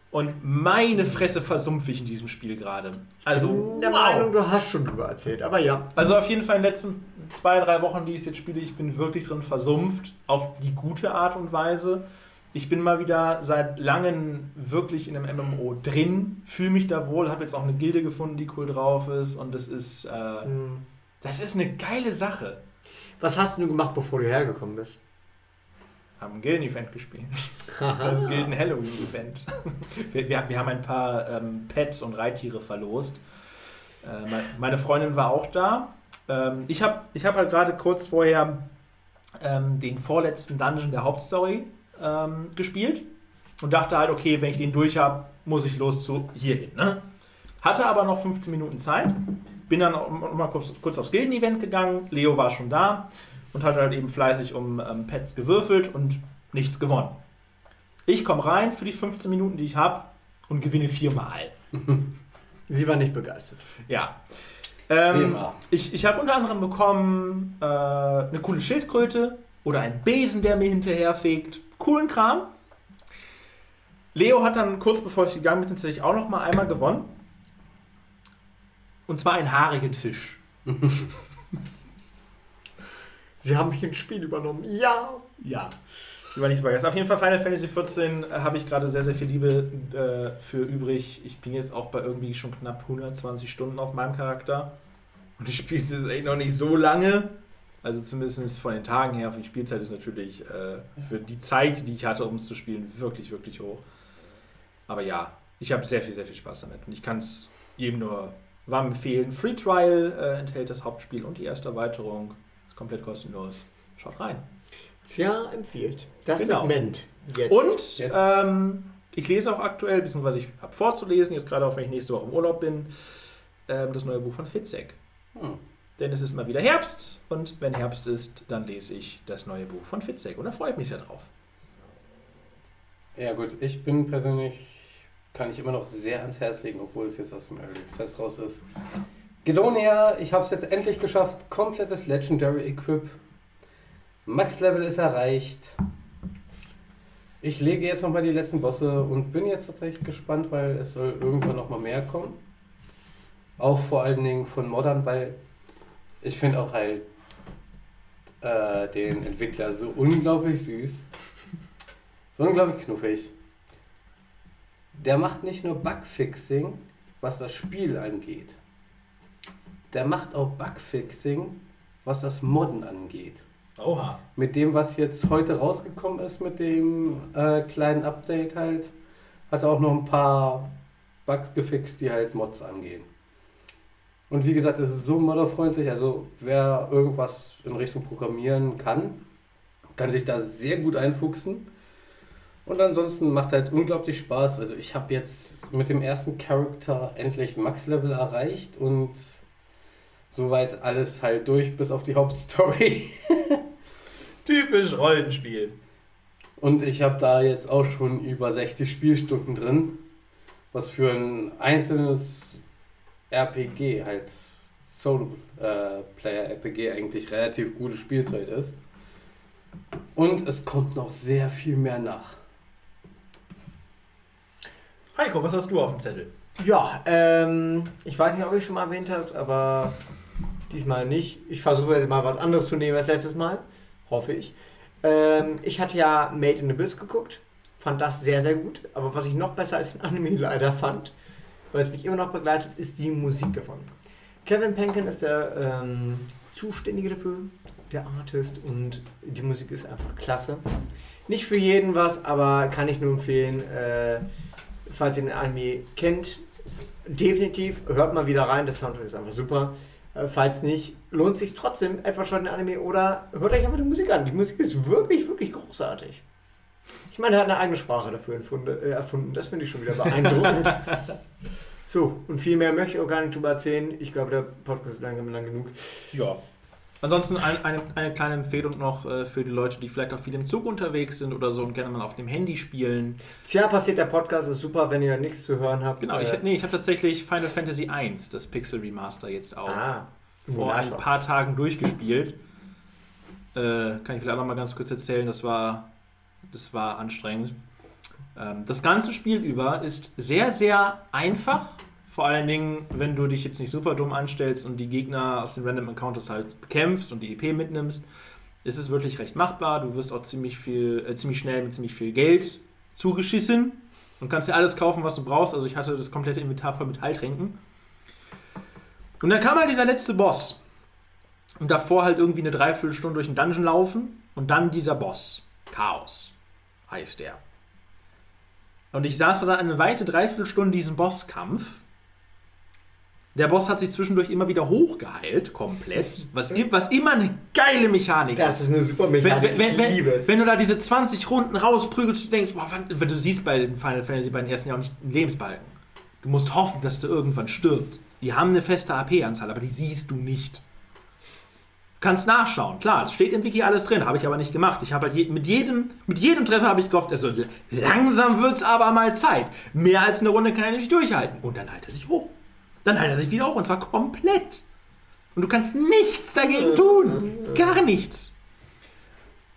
S5: Und meine Fresse versumpfe ich in diesem Spiel gerade. Also,
S3: der Meinung, du hast schon drüber erzählt, aber ja.
S5: Also auf jeden Fall in den letzten zwei, drei Wochen, die ich jetzt spiele, ich bin wirklich drin versumpft, auf die gute Art und Weise. Ich bin mal wieder seit langem wirklich in einem MMO drin, fühle mich da wohl, habe jetzt auch eine Gilde gefunden, die cool drauf ist und das ist, äh,
S3: Hm.
S5: das ist eine geile Sache.
S3: Was hast du gemacht, bevor du hergekommen bist?
S5: Haben ein Gilden-Event gespielt. Das Gilden-Halloween-Event. Wir, wir, wir haben ein paar ähm, Pets und Reittiere verlost. Äh, me- meine Freundin war auch da. Ähm, ich habe ich hab halt gerade kurz vorher ähm, den vorletzten Dungeon der Hauptstory ähm, gespielt und dachte halt, okay, wenn ich den durch habe, muss ich los zu hierhin. Ne? Hatte aber noch 15 Minuten Zeit. Bin dann auch noch mal kurz, kurz aufs Gilden-Event gegangen. Leo war schon da und hat halt eben fleißig um ähm, Pets gewürfelt und nichts gewonnen. Ich komme rein für die 15 Minuten, die ich habe und gewinne viermal.
S3: Sie war nicht begeistert.
S5: Ja. Ähm,
S4: Viermal.
S5: ich ich habe unter anderem bekommen äh, eine coole Schildkröte oder einen Besen, der mir hinterherfegt. Coolen Kram. Leo hat dann kurz bevor ich gegangen bin, tatsächlich auch noch mal einmal gewonnen. Und zwar einen haarigen Fisch.
S3: Sie haben mich ins Spiel übernommen. Ja.
S5: Ja. Über nichts Auf jeden Fall Final Fantasy 14 habe ich gerade sehr, sehr viel Liebe äh, für übrig. Ich bin jetzt auch bei irgendwie schon knapp 120 Stunden auf meinem Charakter. Und ich spiele es jetzt echt noch nicht so lange. Also zumindest von den Tagen her, von der Spielzeit ist natürlich äh, für die Zeit, die ich hatte, um es zu spielen, wirklich, wirklich hoch. Aber ja, ich habe sehr viel, sehr viel Spaß damit. Und ich kann es jedem nur Warm empfehlen. Free Trial äh, enthält das Hauptspiel und die erste Erweiterung. Ist komplett kostenlos. Schaut rein.
S3: Tja, empfiehlt. Das
S5: Genau.
S3: Segment jetzt.
S5: Und
S4: Jetzt.
S5: ähm, ich lese auch aktuell, beziehungsweise ich habe vorzulesen, jetzt gerade auch wenn ich nächste Woche im Urlaub bin, ähm, das neue Buch von Fitzek.
S4: Hm.
S5: Denn es ist mal wieder Herbst und wenn Herbst ist, dann lese ich das neue Buch von Fitzek und da freue ich mich sehr drauf.
S4: Ja gut, ich bin persönlich, kann ich immer noch sehr ans Herz legen, obwohl es jetzt aus dem Early Access raus ist. Gedonia, ich habe es jetzt endlich geschafft. Komplettes Legendary Equip. Max Level ist erreicht. Ich lege jetzt nochmal die letzten Bosse und bin jetzt tatsächlich gespannt, weil es soll irgendwann nochmal mehr kommen. Auch vor allen Dingen von Modern, weil ich finde auch halt äh, den Entwickler so unglaublich süß. So unglaublich knuffig. Der macht nicht nur Bugfixing, was das Spiel angeht. Der macht auch Bugfixing, was das Modden angeht.
S7: Oha.
S4: Mit dem, was jetzt heute rausgekommen ist, mit dem äh, kleinen Update halt, hat er auch noch ein paar Bugs gefixt, die halt Mods angehen. Und wie gesagt, es ist so modderfreundlich, also wer irgendwas in Richtung Programmieren kann, kann sich da sehr gut einfuchsen. Und ansonsten macht halt unglaublich Spaß. Also ich habe jetzt mit dem ersten Charakter endlich Max-Level erreicht und soweit alles halt durch, bis auf die Hauptstory.
S7: Typisch Rollenspiel.
S4: Und ich habe da jetzt auch schon über 60 Spielstunden drin, was für ein einzelnes RPG, halt äh, Solo-Player-RPG eigentlich relativ gute Spielzeit ist. Und es kommt noch sehr viel mehr nach.
S7: Heiko, was hast du auf dem Zettel?
S3: Ja, ähm, ich weiß nicht, ob ich schon mal erwähnt habe, aber diesmal nicht. Ich versuche jetzt mal was anderes zu nehmen als letztes Mal. Hoffe ich. Ähm, ich hatte ja Made in Abyss geguckt. Fand das sehr, sehr gut. Aber was ich noch besser als den Anime leider fand, weil es mich immer noch begleitet, ist die Musik davon. Kevin Penkin ist der ähm, Zuständige dafür, der Artist und die Musik ist einfach klasse. Nicht für jeden was, aber kann ich nur empfehlen, äh, falls ihr den Anime kennt, definitiv hört mal wieder rein, das Soundtrack ist einfach super. Äh, Falls nicht, lohnt sich trotzdem etwas schon den Anime oder hört euch einfach die Musik an. Die Musik ist wirklich, wirklich großartig. Ich meine, er hat eine eigene Sprache dafür erfunde- äh, erfunden. Das finde ich schon wieder beeindruckend. so, und viel mehr möchte ich auch gar nicht drüber erzählen. Ich glaube, der Podcast ist langsam lang genug.
S5: Ja. Ansonsten ein, eine, eine kleine Empfehlung noch äh, für die Leute, die vielleicht auch viel im Zug unterwegs sind oder so und gerne mal auf dem Handy spielen.
S3: Tja, passiert, der Podcast ist super, wenn ihr nichts zu hören habt.
S5: Genau,
S3: Äh,
S5: ich, nee, ich habe tatsächlich Final Fantasy I, das Pixel Remaster, jetzt auch
S3: ah,
S5: vor ein
S3: Emulator.
S5: paar Tagen durchgespielt. Äh, kann ich vielleicht auch noch mal ganz kurz erzählen, das war, das war anstrengend. Ähm, das ganze Spiel über ist sehr, sehr einfach. Vor allen Dingen, wenn du dich jetzt nicht super dumm anstellst und die Gegner aus den Random Encounters halt bekämpfst und die EP mitnimmst, ist es wirklich recht machbar. Du wirst auch ziemlich viel, äh, ziemlich schnell mit ziemlich viel Geld zugeschissen und kannst dir alles kaufen, was du brauchst. Also ich hatte das komplette Inventar voll mit Heiltränken. Und dann kam halt dieser letzte Boss. Und davor halt irgendwie eine Dreiviertelstunde durch den Dungeon laufen. Und dann dieser Boss. Chaos. Heißt der. Und ich saß da eine weite Dreiviertelstunde diesen Bosskampf. Der Boss hat sich zwischendurch immer wieder hochgeheilt, komplett. Was, i- was immer eine geile Mechanik
S3: Das ist eine super
S5: wenn,
S3: Mechanik.
S5: wenn, wenn,
S3: ich liebe es.
S5: wenn, wenn du da diese 20 Runden rausprügelst, du denkst, boah, wann, wenn du siehst bei den Final Fantasy bei den ersten Jahren nicht einen Lebensbalken. Du musst hoffen, dass du irgendwann stirbst. Die haben eine feste AP-Anzahl, aber die siehst du nicht. Kannst nachschauen, klar, das steht im Wiki alles drin, habe ich aber nicht gemacht. Ich habe halt je, mit, jedem, mit jedem Treffer habe ich gehofft, also l- langsam wird's aber mal Zeit. Mehr als eine Runde kann er nicht durchhalten. Und dann heilt er sich hoch. Dann heilt er sich wieder hoch und zwar komplett. Und du kannst nichts dagegen tun. Gar nichts.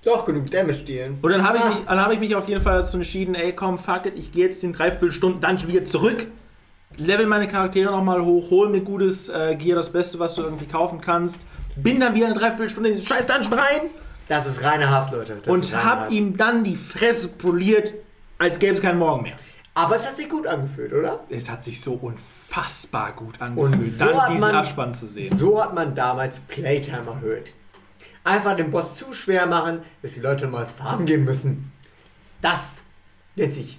S3: Doch, genug Damage stehlen. Ah.
S5: Und dann habe ich, mich- dann habe ich mich auf jeden Fall dazu entschieden, ey, komm, fuck it, ich gehe jetzt den Dreiviertelstunden Dungeon wieder zurück, level meine Charaktere nochmal hoch, hol mir gutes äh, Gear, das Beste, was du irgendwie kaufen kannst, bin dann wieder eine Dreiviertelstunde in diesen scheiß Dungeon rein
S3: Das ist reiner Hass, Leute. Das ist
S5: und
S3: reiner
S5: hab
S3: Hass.
S5: ihm dann die Fresse poliert, als gäbe es keinen Morgen mehr.
S3: Aber es hat sich gut angefühlt, oder?
S5: Es hat sich so unfassbar gut angefühlt,
S3: Und so hat
S5: dann diesen
S3: man-
S5: Abspann zu sehen.
S3: So hat man damals Playtime erhöht. Einfach den Boss zu schwer machen, dass die Leute mal farmen gehen müssen. Das nennt sich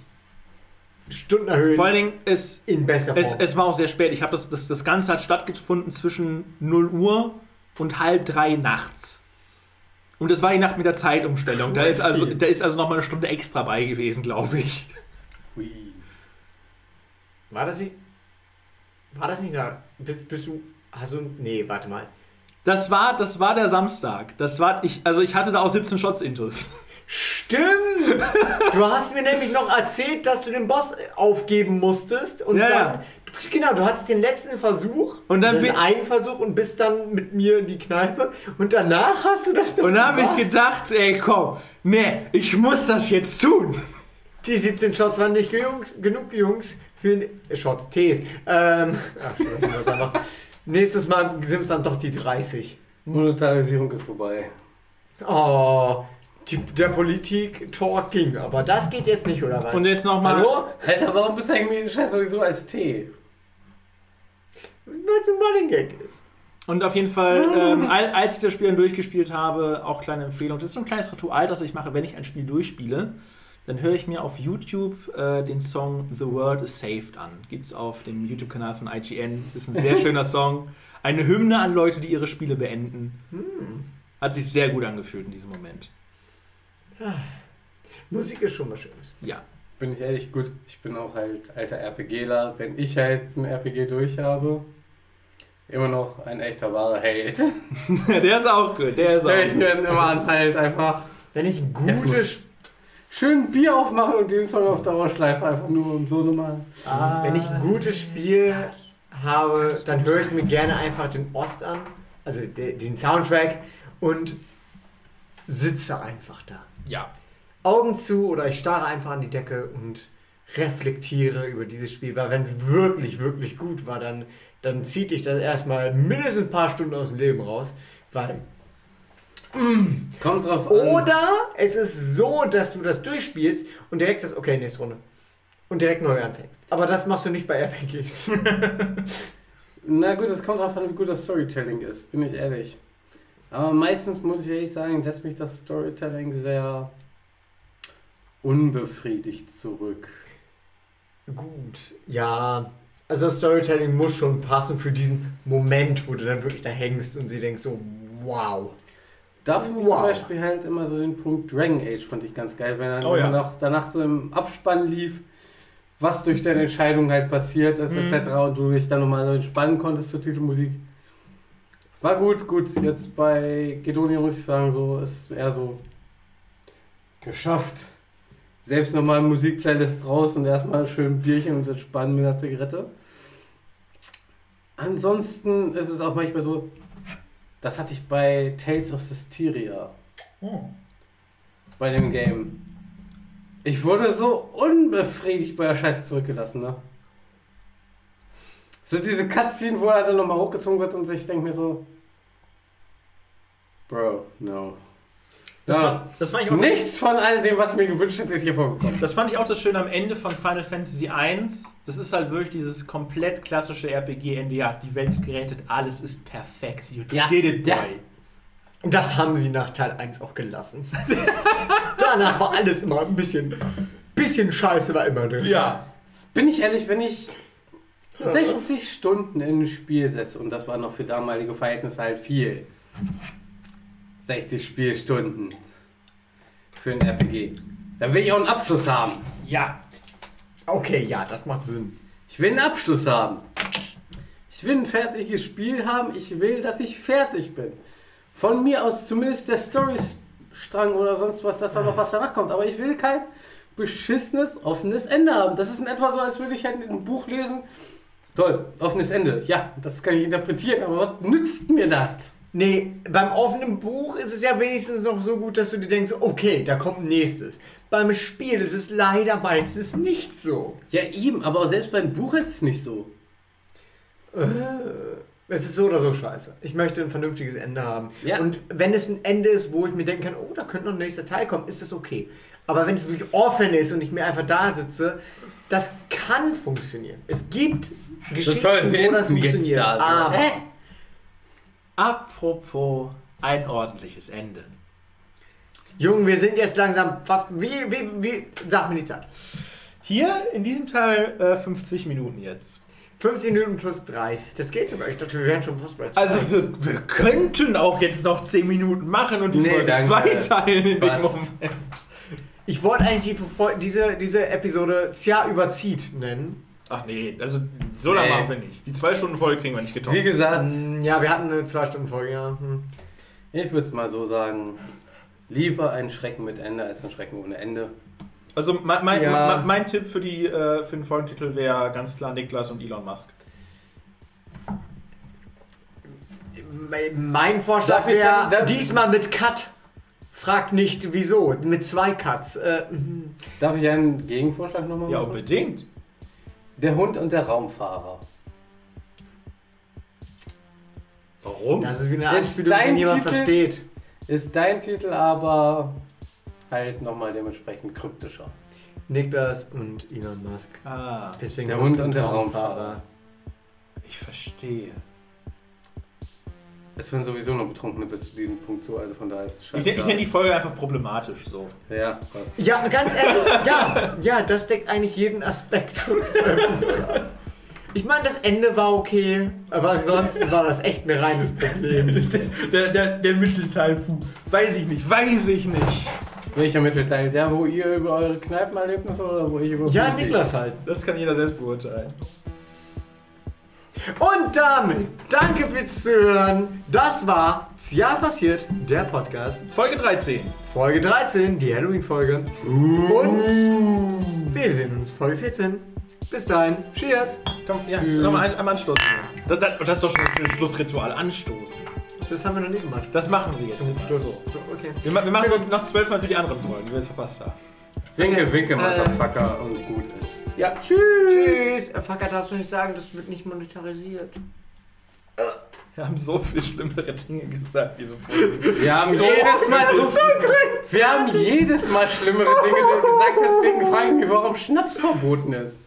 S3: Stunden erhöhen
S5: Vor allen Dingen, es,
S3: in besser Form.
S5: es, es war auch sehr spät. Ich habe das, das, das Ganze hat stattgefunden zwischen 0 Uhr und halb drei nachts. Und das war die Nacht mit der Zeitumstellung. Da ist also, da ist also nochmal eine Stunde extra bei gewesen, glaube ich.
S3: war das nicht. War das nicht da? Bist, bist du. Hast du. Nee, warte mal.
S5: Das war, das war der Samstag. Das war, ich, also ich hatte da auch 17 Shots Intus.
S3: Stimmt! Du hast mir nämlich noch erzählt, dass du den Boss aufgeben musstest und
S5: Ja,
S3: dann. Genau, du hattest den letzten Versuch
S5: Und dann
S3: den
S5: bin-
S3: einen Versuch und bist dann mit mir in die Kneipe und danach hast du das dann
S5: Und da habe
S3: gemacht.
S5: ich gedacht, ey, komm, nee, ich muss das jetzt tun.
S3: Die 17 Shots waren nicht genug, genug Jungs. Für äh, Shots, Tees. Ähm, ach, scheiße, was einfach. Nächstes Mal sind es dann doch die 30.
S4: Monetarisierung ist vorbei.
S3: Oh, die, der Politik-Talk ging, aber das geht jetzt nicht, oder was?
S5: Und jetzt nochmal.
S3: Hallo?
S4: Alter, warum bezeichnen wir den Scheiß sowieso als Tee?
S3: Weil es ein Running Gag ist.
S5: Und auf jeden Fall, ähm, al- als ich das Spiel dann durchgespielt habe, auch kleine Empfehlung. Das ist so ein kleines Ritual, das ich mache, wenn ich ein Spiel durchspiele. Dann höre ich mir auf YouTube äh, den Song The World is Saved an. Gibt's auf dem YouTube-Kanal von IGN. Ist ein sehr schöner Song. Eine Hymne an Leute, die ihre Spiele beenden. Hat sich sehr gut angefühlt in diesem Moment.
S3: Musik ist schon was Schönes.
S5: Ja.
S4: Bin ich ehrlich, gut, ich bin auch halt alter RPGler. Wenn ich halt ein RPG durch habe, immer noch ein echter wahrer Held.
S5: Der ist auch gut. Der ist auch
S4: Wenn ich
S5: gut.
S4: mir dann immer an halt einfach
S3: Wenn ich
S4: Jetzt
S3: gute
S4: muss-
S3: Sp-
S4: schön ein Bier aufmachen und den Song auf Dauerschleife einfach nur um so nochmal.
S3: Wenn ich ein gutes Spiel habe, dann höre ich mir gerne einfach den Ost an, also de- den Soundtrack und sitze einfach da.
S5: Ja.
S3: Augen zu oder ich starre einfach an die Decke und reflektiere über dieses Spiel, weil wenn es wirklich, wirklich gut war, dann, dann zieht dich das erstmal mindestens ein paar Stunden aus dem Leben raus, weil
S4: Kommt drauf an.
S3: oder es ist so, dass du das durchspielst und direkt sagst, okay, nächste Runde. Und direkt neu anfängst. Aber das machst du nicht bei RPGs.
S4: Na gut, es kommt drauf an, wie gut das Storytelling ist, bin ich ehrlich. Aber meistens muss ich ehrlich sagen, lässt mich das Storytelling sehr unbefriedigt zurück.
S3: Gut, ja. Also das Storytelling muss schon passen für diesen Moment, wo du dann wirklich da hängst und sie denkst so, wow.
S4: Da finde ich
S3: Wow.
S4: zum Beispiel halt immer so den Punkt Dragon Age fand ich ganz geil, wenn dann
S5: Oh ja.
S4: immer noch danach so im Abspann lief, was durch
S5: Mhm.
S4: deine Entscheidung halt passiert ist, etc. Und du dich dann nochmal so entspannen konntest zur Titelmusik. War gut, gut. Jetzt bei Gedoni muss ich sagen, so ist es eher so geschafft. Selbst nochmal eine Musikplaylist raus und erstmal schön ein Bierchen und entspannen mit einer Zigarette. Ansonsten ist es auch manchmal so, das hatte ich bei Tales of Systeria.
S5: Hm.
S4: Bei dem Game. Ich wurde so unbefriedigt bei der Scheiße zurückgelassen, ne? So diese Cutscene, wo er dann nochmal hochgezogen wird und so, ich denke mir so. Bro, no.
S5: Das,
S4: Ja.
S5: war, das fand ich auch
S4: Nichts von all dem, was ich mir gewünscht hätte, ist hier vorgekommen.
S5: Das fand ich auch das Schöne am Ende von Final Fantasy I. Das ist halt wirklich dieses komplett klassische RPG-Ende. Ja, die Welt ist gerettet, alles ist perfekt. You
S4: Ja,
S5: did it, boy.
S4: ja.
S3: Und das haben sie nach Teil 1 auch gelassen. Danach war alles immer ein bisschen, bisschen scheiße war immer drin.
S5: Ja.
S4: Bin ich ehrlich, wenn ich 60 Stunden in ein Spiel setze, und das war noch für damalige Verhältnisse halt viel. 60 Spielstunden für ein RPG. Dann will ich auch einen Abschluss haben.
S5: Ja.
S3: Okay, ja, das macht Sinn.
S4: Ich will einen Abschluss haben. Ich will ein fertiges Spiel haben. Ich will, dass ich fertig bin. Von mir aus zumindest der Storystrang oder sonst was, dass da noch was danach kommt. Aber ich will kein beschissenes, offenes Ende haben. Das ist in etwa so, als würde ich halt ein Buch lesen. Toll, offenes Ende. Ja, das kann ich interpretieren, aber was nützt mir das?
S3: Nee, beim offenen Buch ist es ja wenigstens noch so gut, dass du dir denkst, okay, da kommt ein nächstes. Beim Spiel ist es leider meistens nicht so.
S4: Ja, eben, aber selbst beim Buch ist es nicht so.
S3: Es ist so oder so scheiße. Ich möchte ein vernünftiges Ende haben.
S4: Ja.
S3: Und wenn es ein Ende ist, wo ich mir denken kann, oh, da könnte noch ein nächster Teil kommen, ist das okay. Aber wenn es wirklich offen ist und ich mir einfach da sitze, das kann funktionieren. Es gibt Geschichten,
S4: toll, wir
S3: wo das
S4: enden jetzt
S3: funktioniert. Ah.
S4: da so.
S3: aber
S4: Hä?
S5: Apropos ein ordentliches Ende.
S3: Junge, wir sind jetzt langsam fast. Wie, wie, wie. Sag mir die Zeit.
S5: Hier in diesem Teil äh, 50 Minuten jetzt.
S3: 15 Minuten plus 30. Das geht sogar. Ich dachte, wir wären schon fast bei zwei.
S5: Also wir, wir könnten auch jetzt noch 10 Minuten machen und die
S1: Nee,
S5: Folge
S1: danke.
S5: zwei teilen in dem
S1: Passt.
S5: Moment.
S3: ich wollte eigentlich die, Verfol- diese, diese Episode Tja überzieht nennen.
S5: Ach nee, also so lange
S8: Nee.
S5: machen wir nicht. Die zwei Stunden Folge kriegen wir nicht getan.
S8: Wie gesagt,
S3: Ähm, Ja, wir hatten eine 2-Stunden-Folge, ja. Hm.
S4: Ich würde es mal so sagen. Lieber ein Schrecken mit Ende als ein Schrecken ohne Ende.
S5: Also mein, mein,
S3: Ja.
S5: mein, mein Tipp für, die, äh, für den Folgentitel wäre ganz klar Niklas und Elon Musk.
S3: Me- Mein Vorschlag
S4: Darf ich
S3: wäre
S4: dann- darf-
S3: diesmal mit Cut. Frag nicht wieso. Mit zwei Cuts. Äh, mhm.
S4: Darf ich einen Gegenvorschlag nochmal
S5: Ja,
S4: machen?
S5: unbedingt.
S4: Der Hund und der Raumfahrer.
S5: Warum?
S3: das ist wie eine
S4: Ist
S3: Anspielung, die
S4: dein
S3: niemand
S4: Titel-
S3: versteht.
S4: Ist dein Titel aber halt nochmal dementsprechend kryptischer.
S3: Niklas und Elon Musk.
S5: Ah,
S3: Deswegen
S4: Der Hund und der Raumfahrer.
S5: ich verstehe.
S4: Es hören sowieso nur Betrunkene bis zu diesem Punkt zu, also von daher ist es
S5: Ich, nenn- ich nenne die Folge einfach problematisch so.
S4: Ja, passt.
S3: Ja, ganz ehrlich, ja, ja, das deckt eigentlich jeden Aspekt. von dieser Episode ab. Ich meine, das Ende war okay, aber ansonsten war das echt ein reines Problem.
S5: Der, der, der Mittelteil, puh, weiß ich nicht, weiß ich nicht.
S4: Welcher Mittelteil? Der, wo ihr über eure Kneipenerlebnisse oder wo ich über.
S3: Ja,
S4: Politik?
S3: Niklas halt.
S5: Das kann jeder selbst beurteilen.
S3: Und damit, danke fürs Zuhören. Das war Tja passiert, der Podcast.
S5: Folge 13.
S3: Folge 13, die Halloween-Folge. Und wir sehen uns Folge 14. Bis dahin, cheers.
S5: Komm, ja, nochmal ein, einmal anstoßen. Das, das, das ist doch schon ein Schlussritual. Anstoßen.
S3: Das haben wir noch nie gemacht.
S5: Das machen wir jetzt.
S3: Zum
S5: immer.
S3: Schluss.
S5: So.
S3: So, Okay.
S5: Wir, ma- wir machen so noch zwölf Mal für die anderen Folgen, die wir jetzt verpasst haben.
S4: Winke, winke, Motherfucker, und gut ist.
S3: Ja, tschüss. Tschüss. Fucker, darfst du nicht sagen, das wird nicht monetarisiert.
S5: Wir haben so viel schlimmere Dinge gesagt, diese Folge.
S4: Wir haben jedes Mal so, Wir haben jedes Mal schlimmere Dinge gesagt, deswegen frage ich mich, warum Schnaps verboten ist.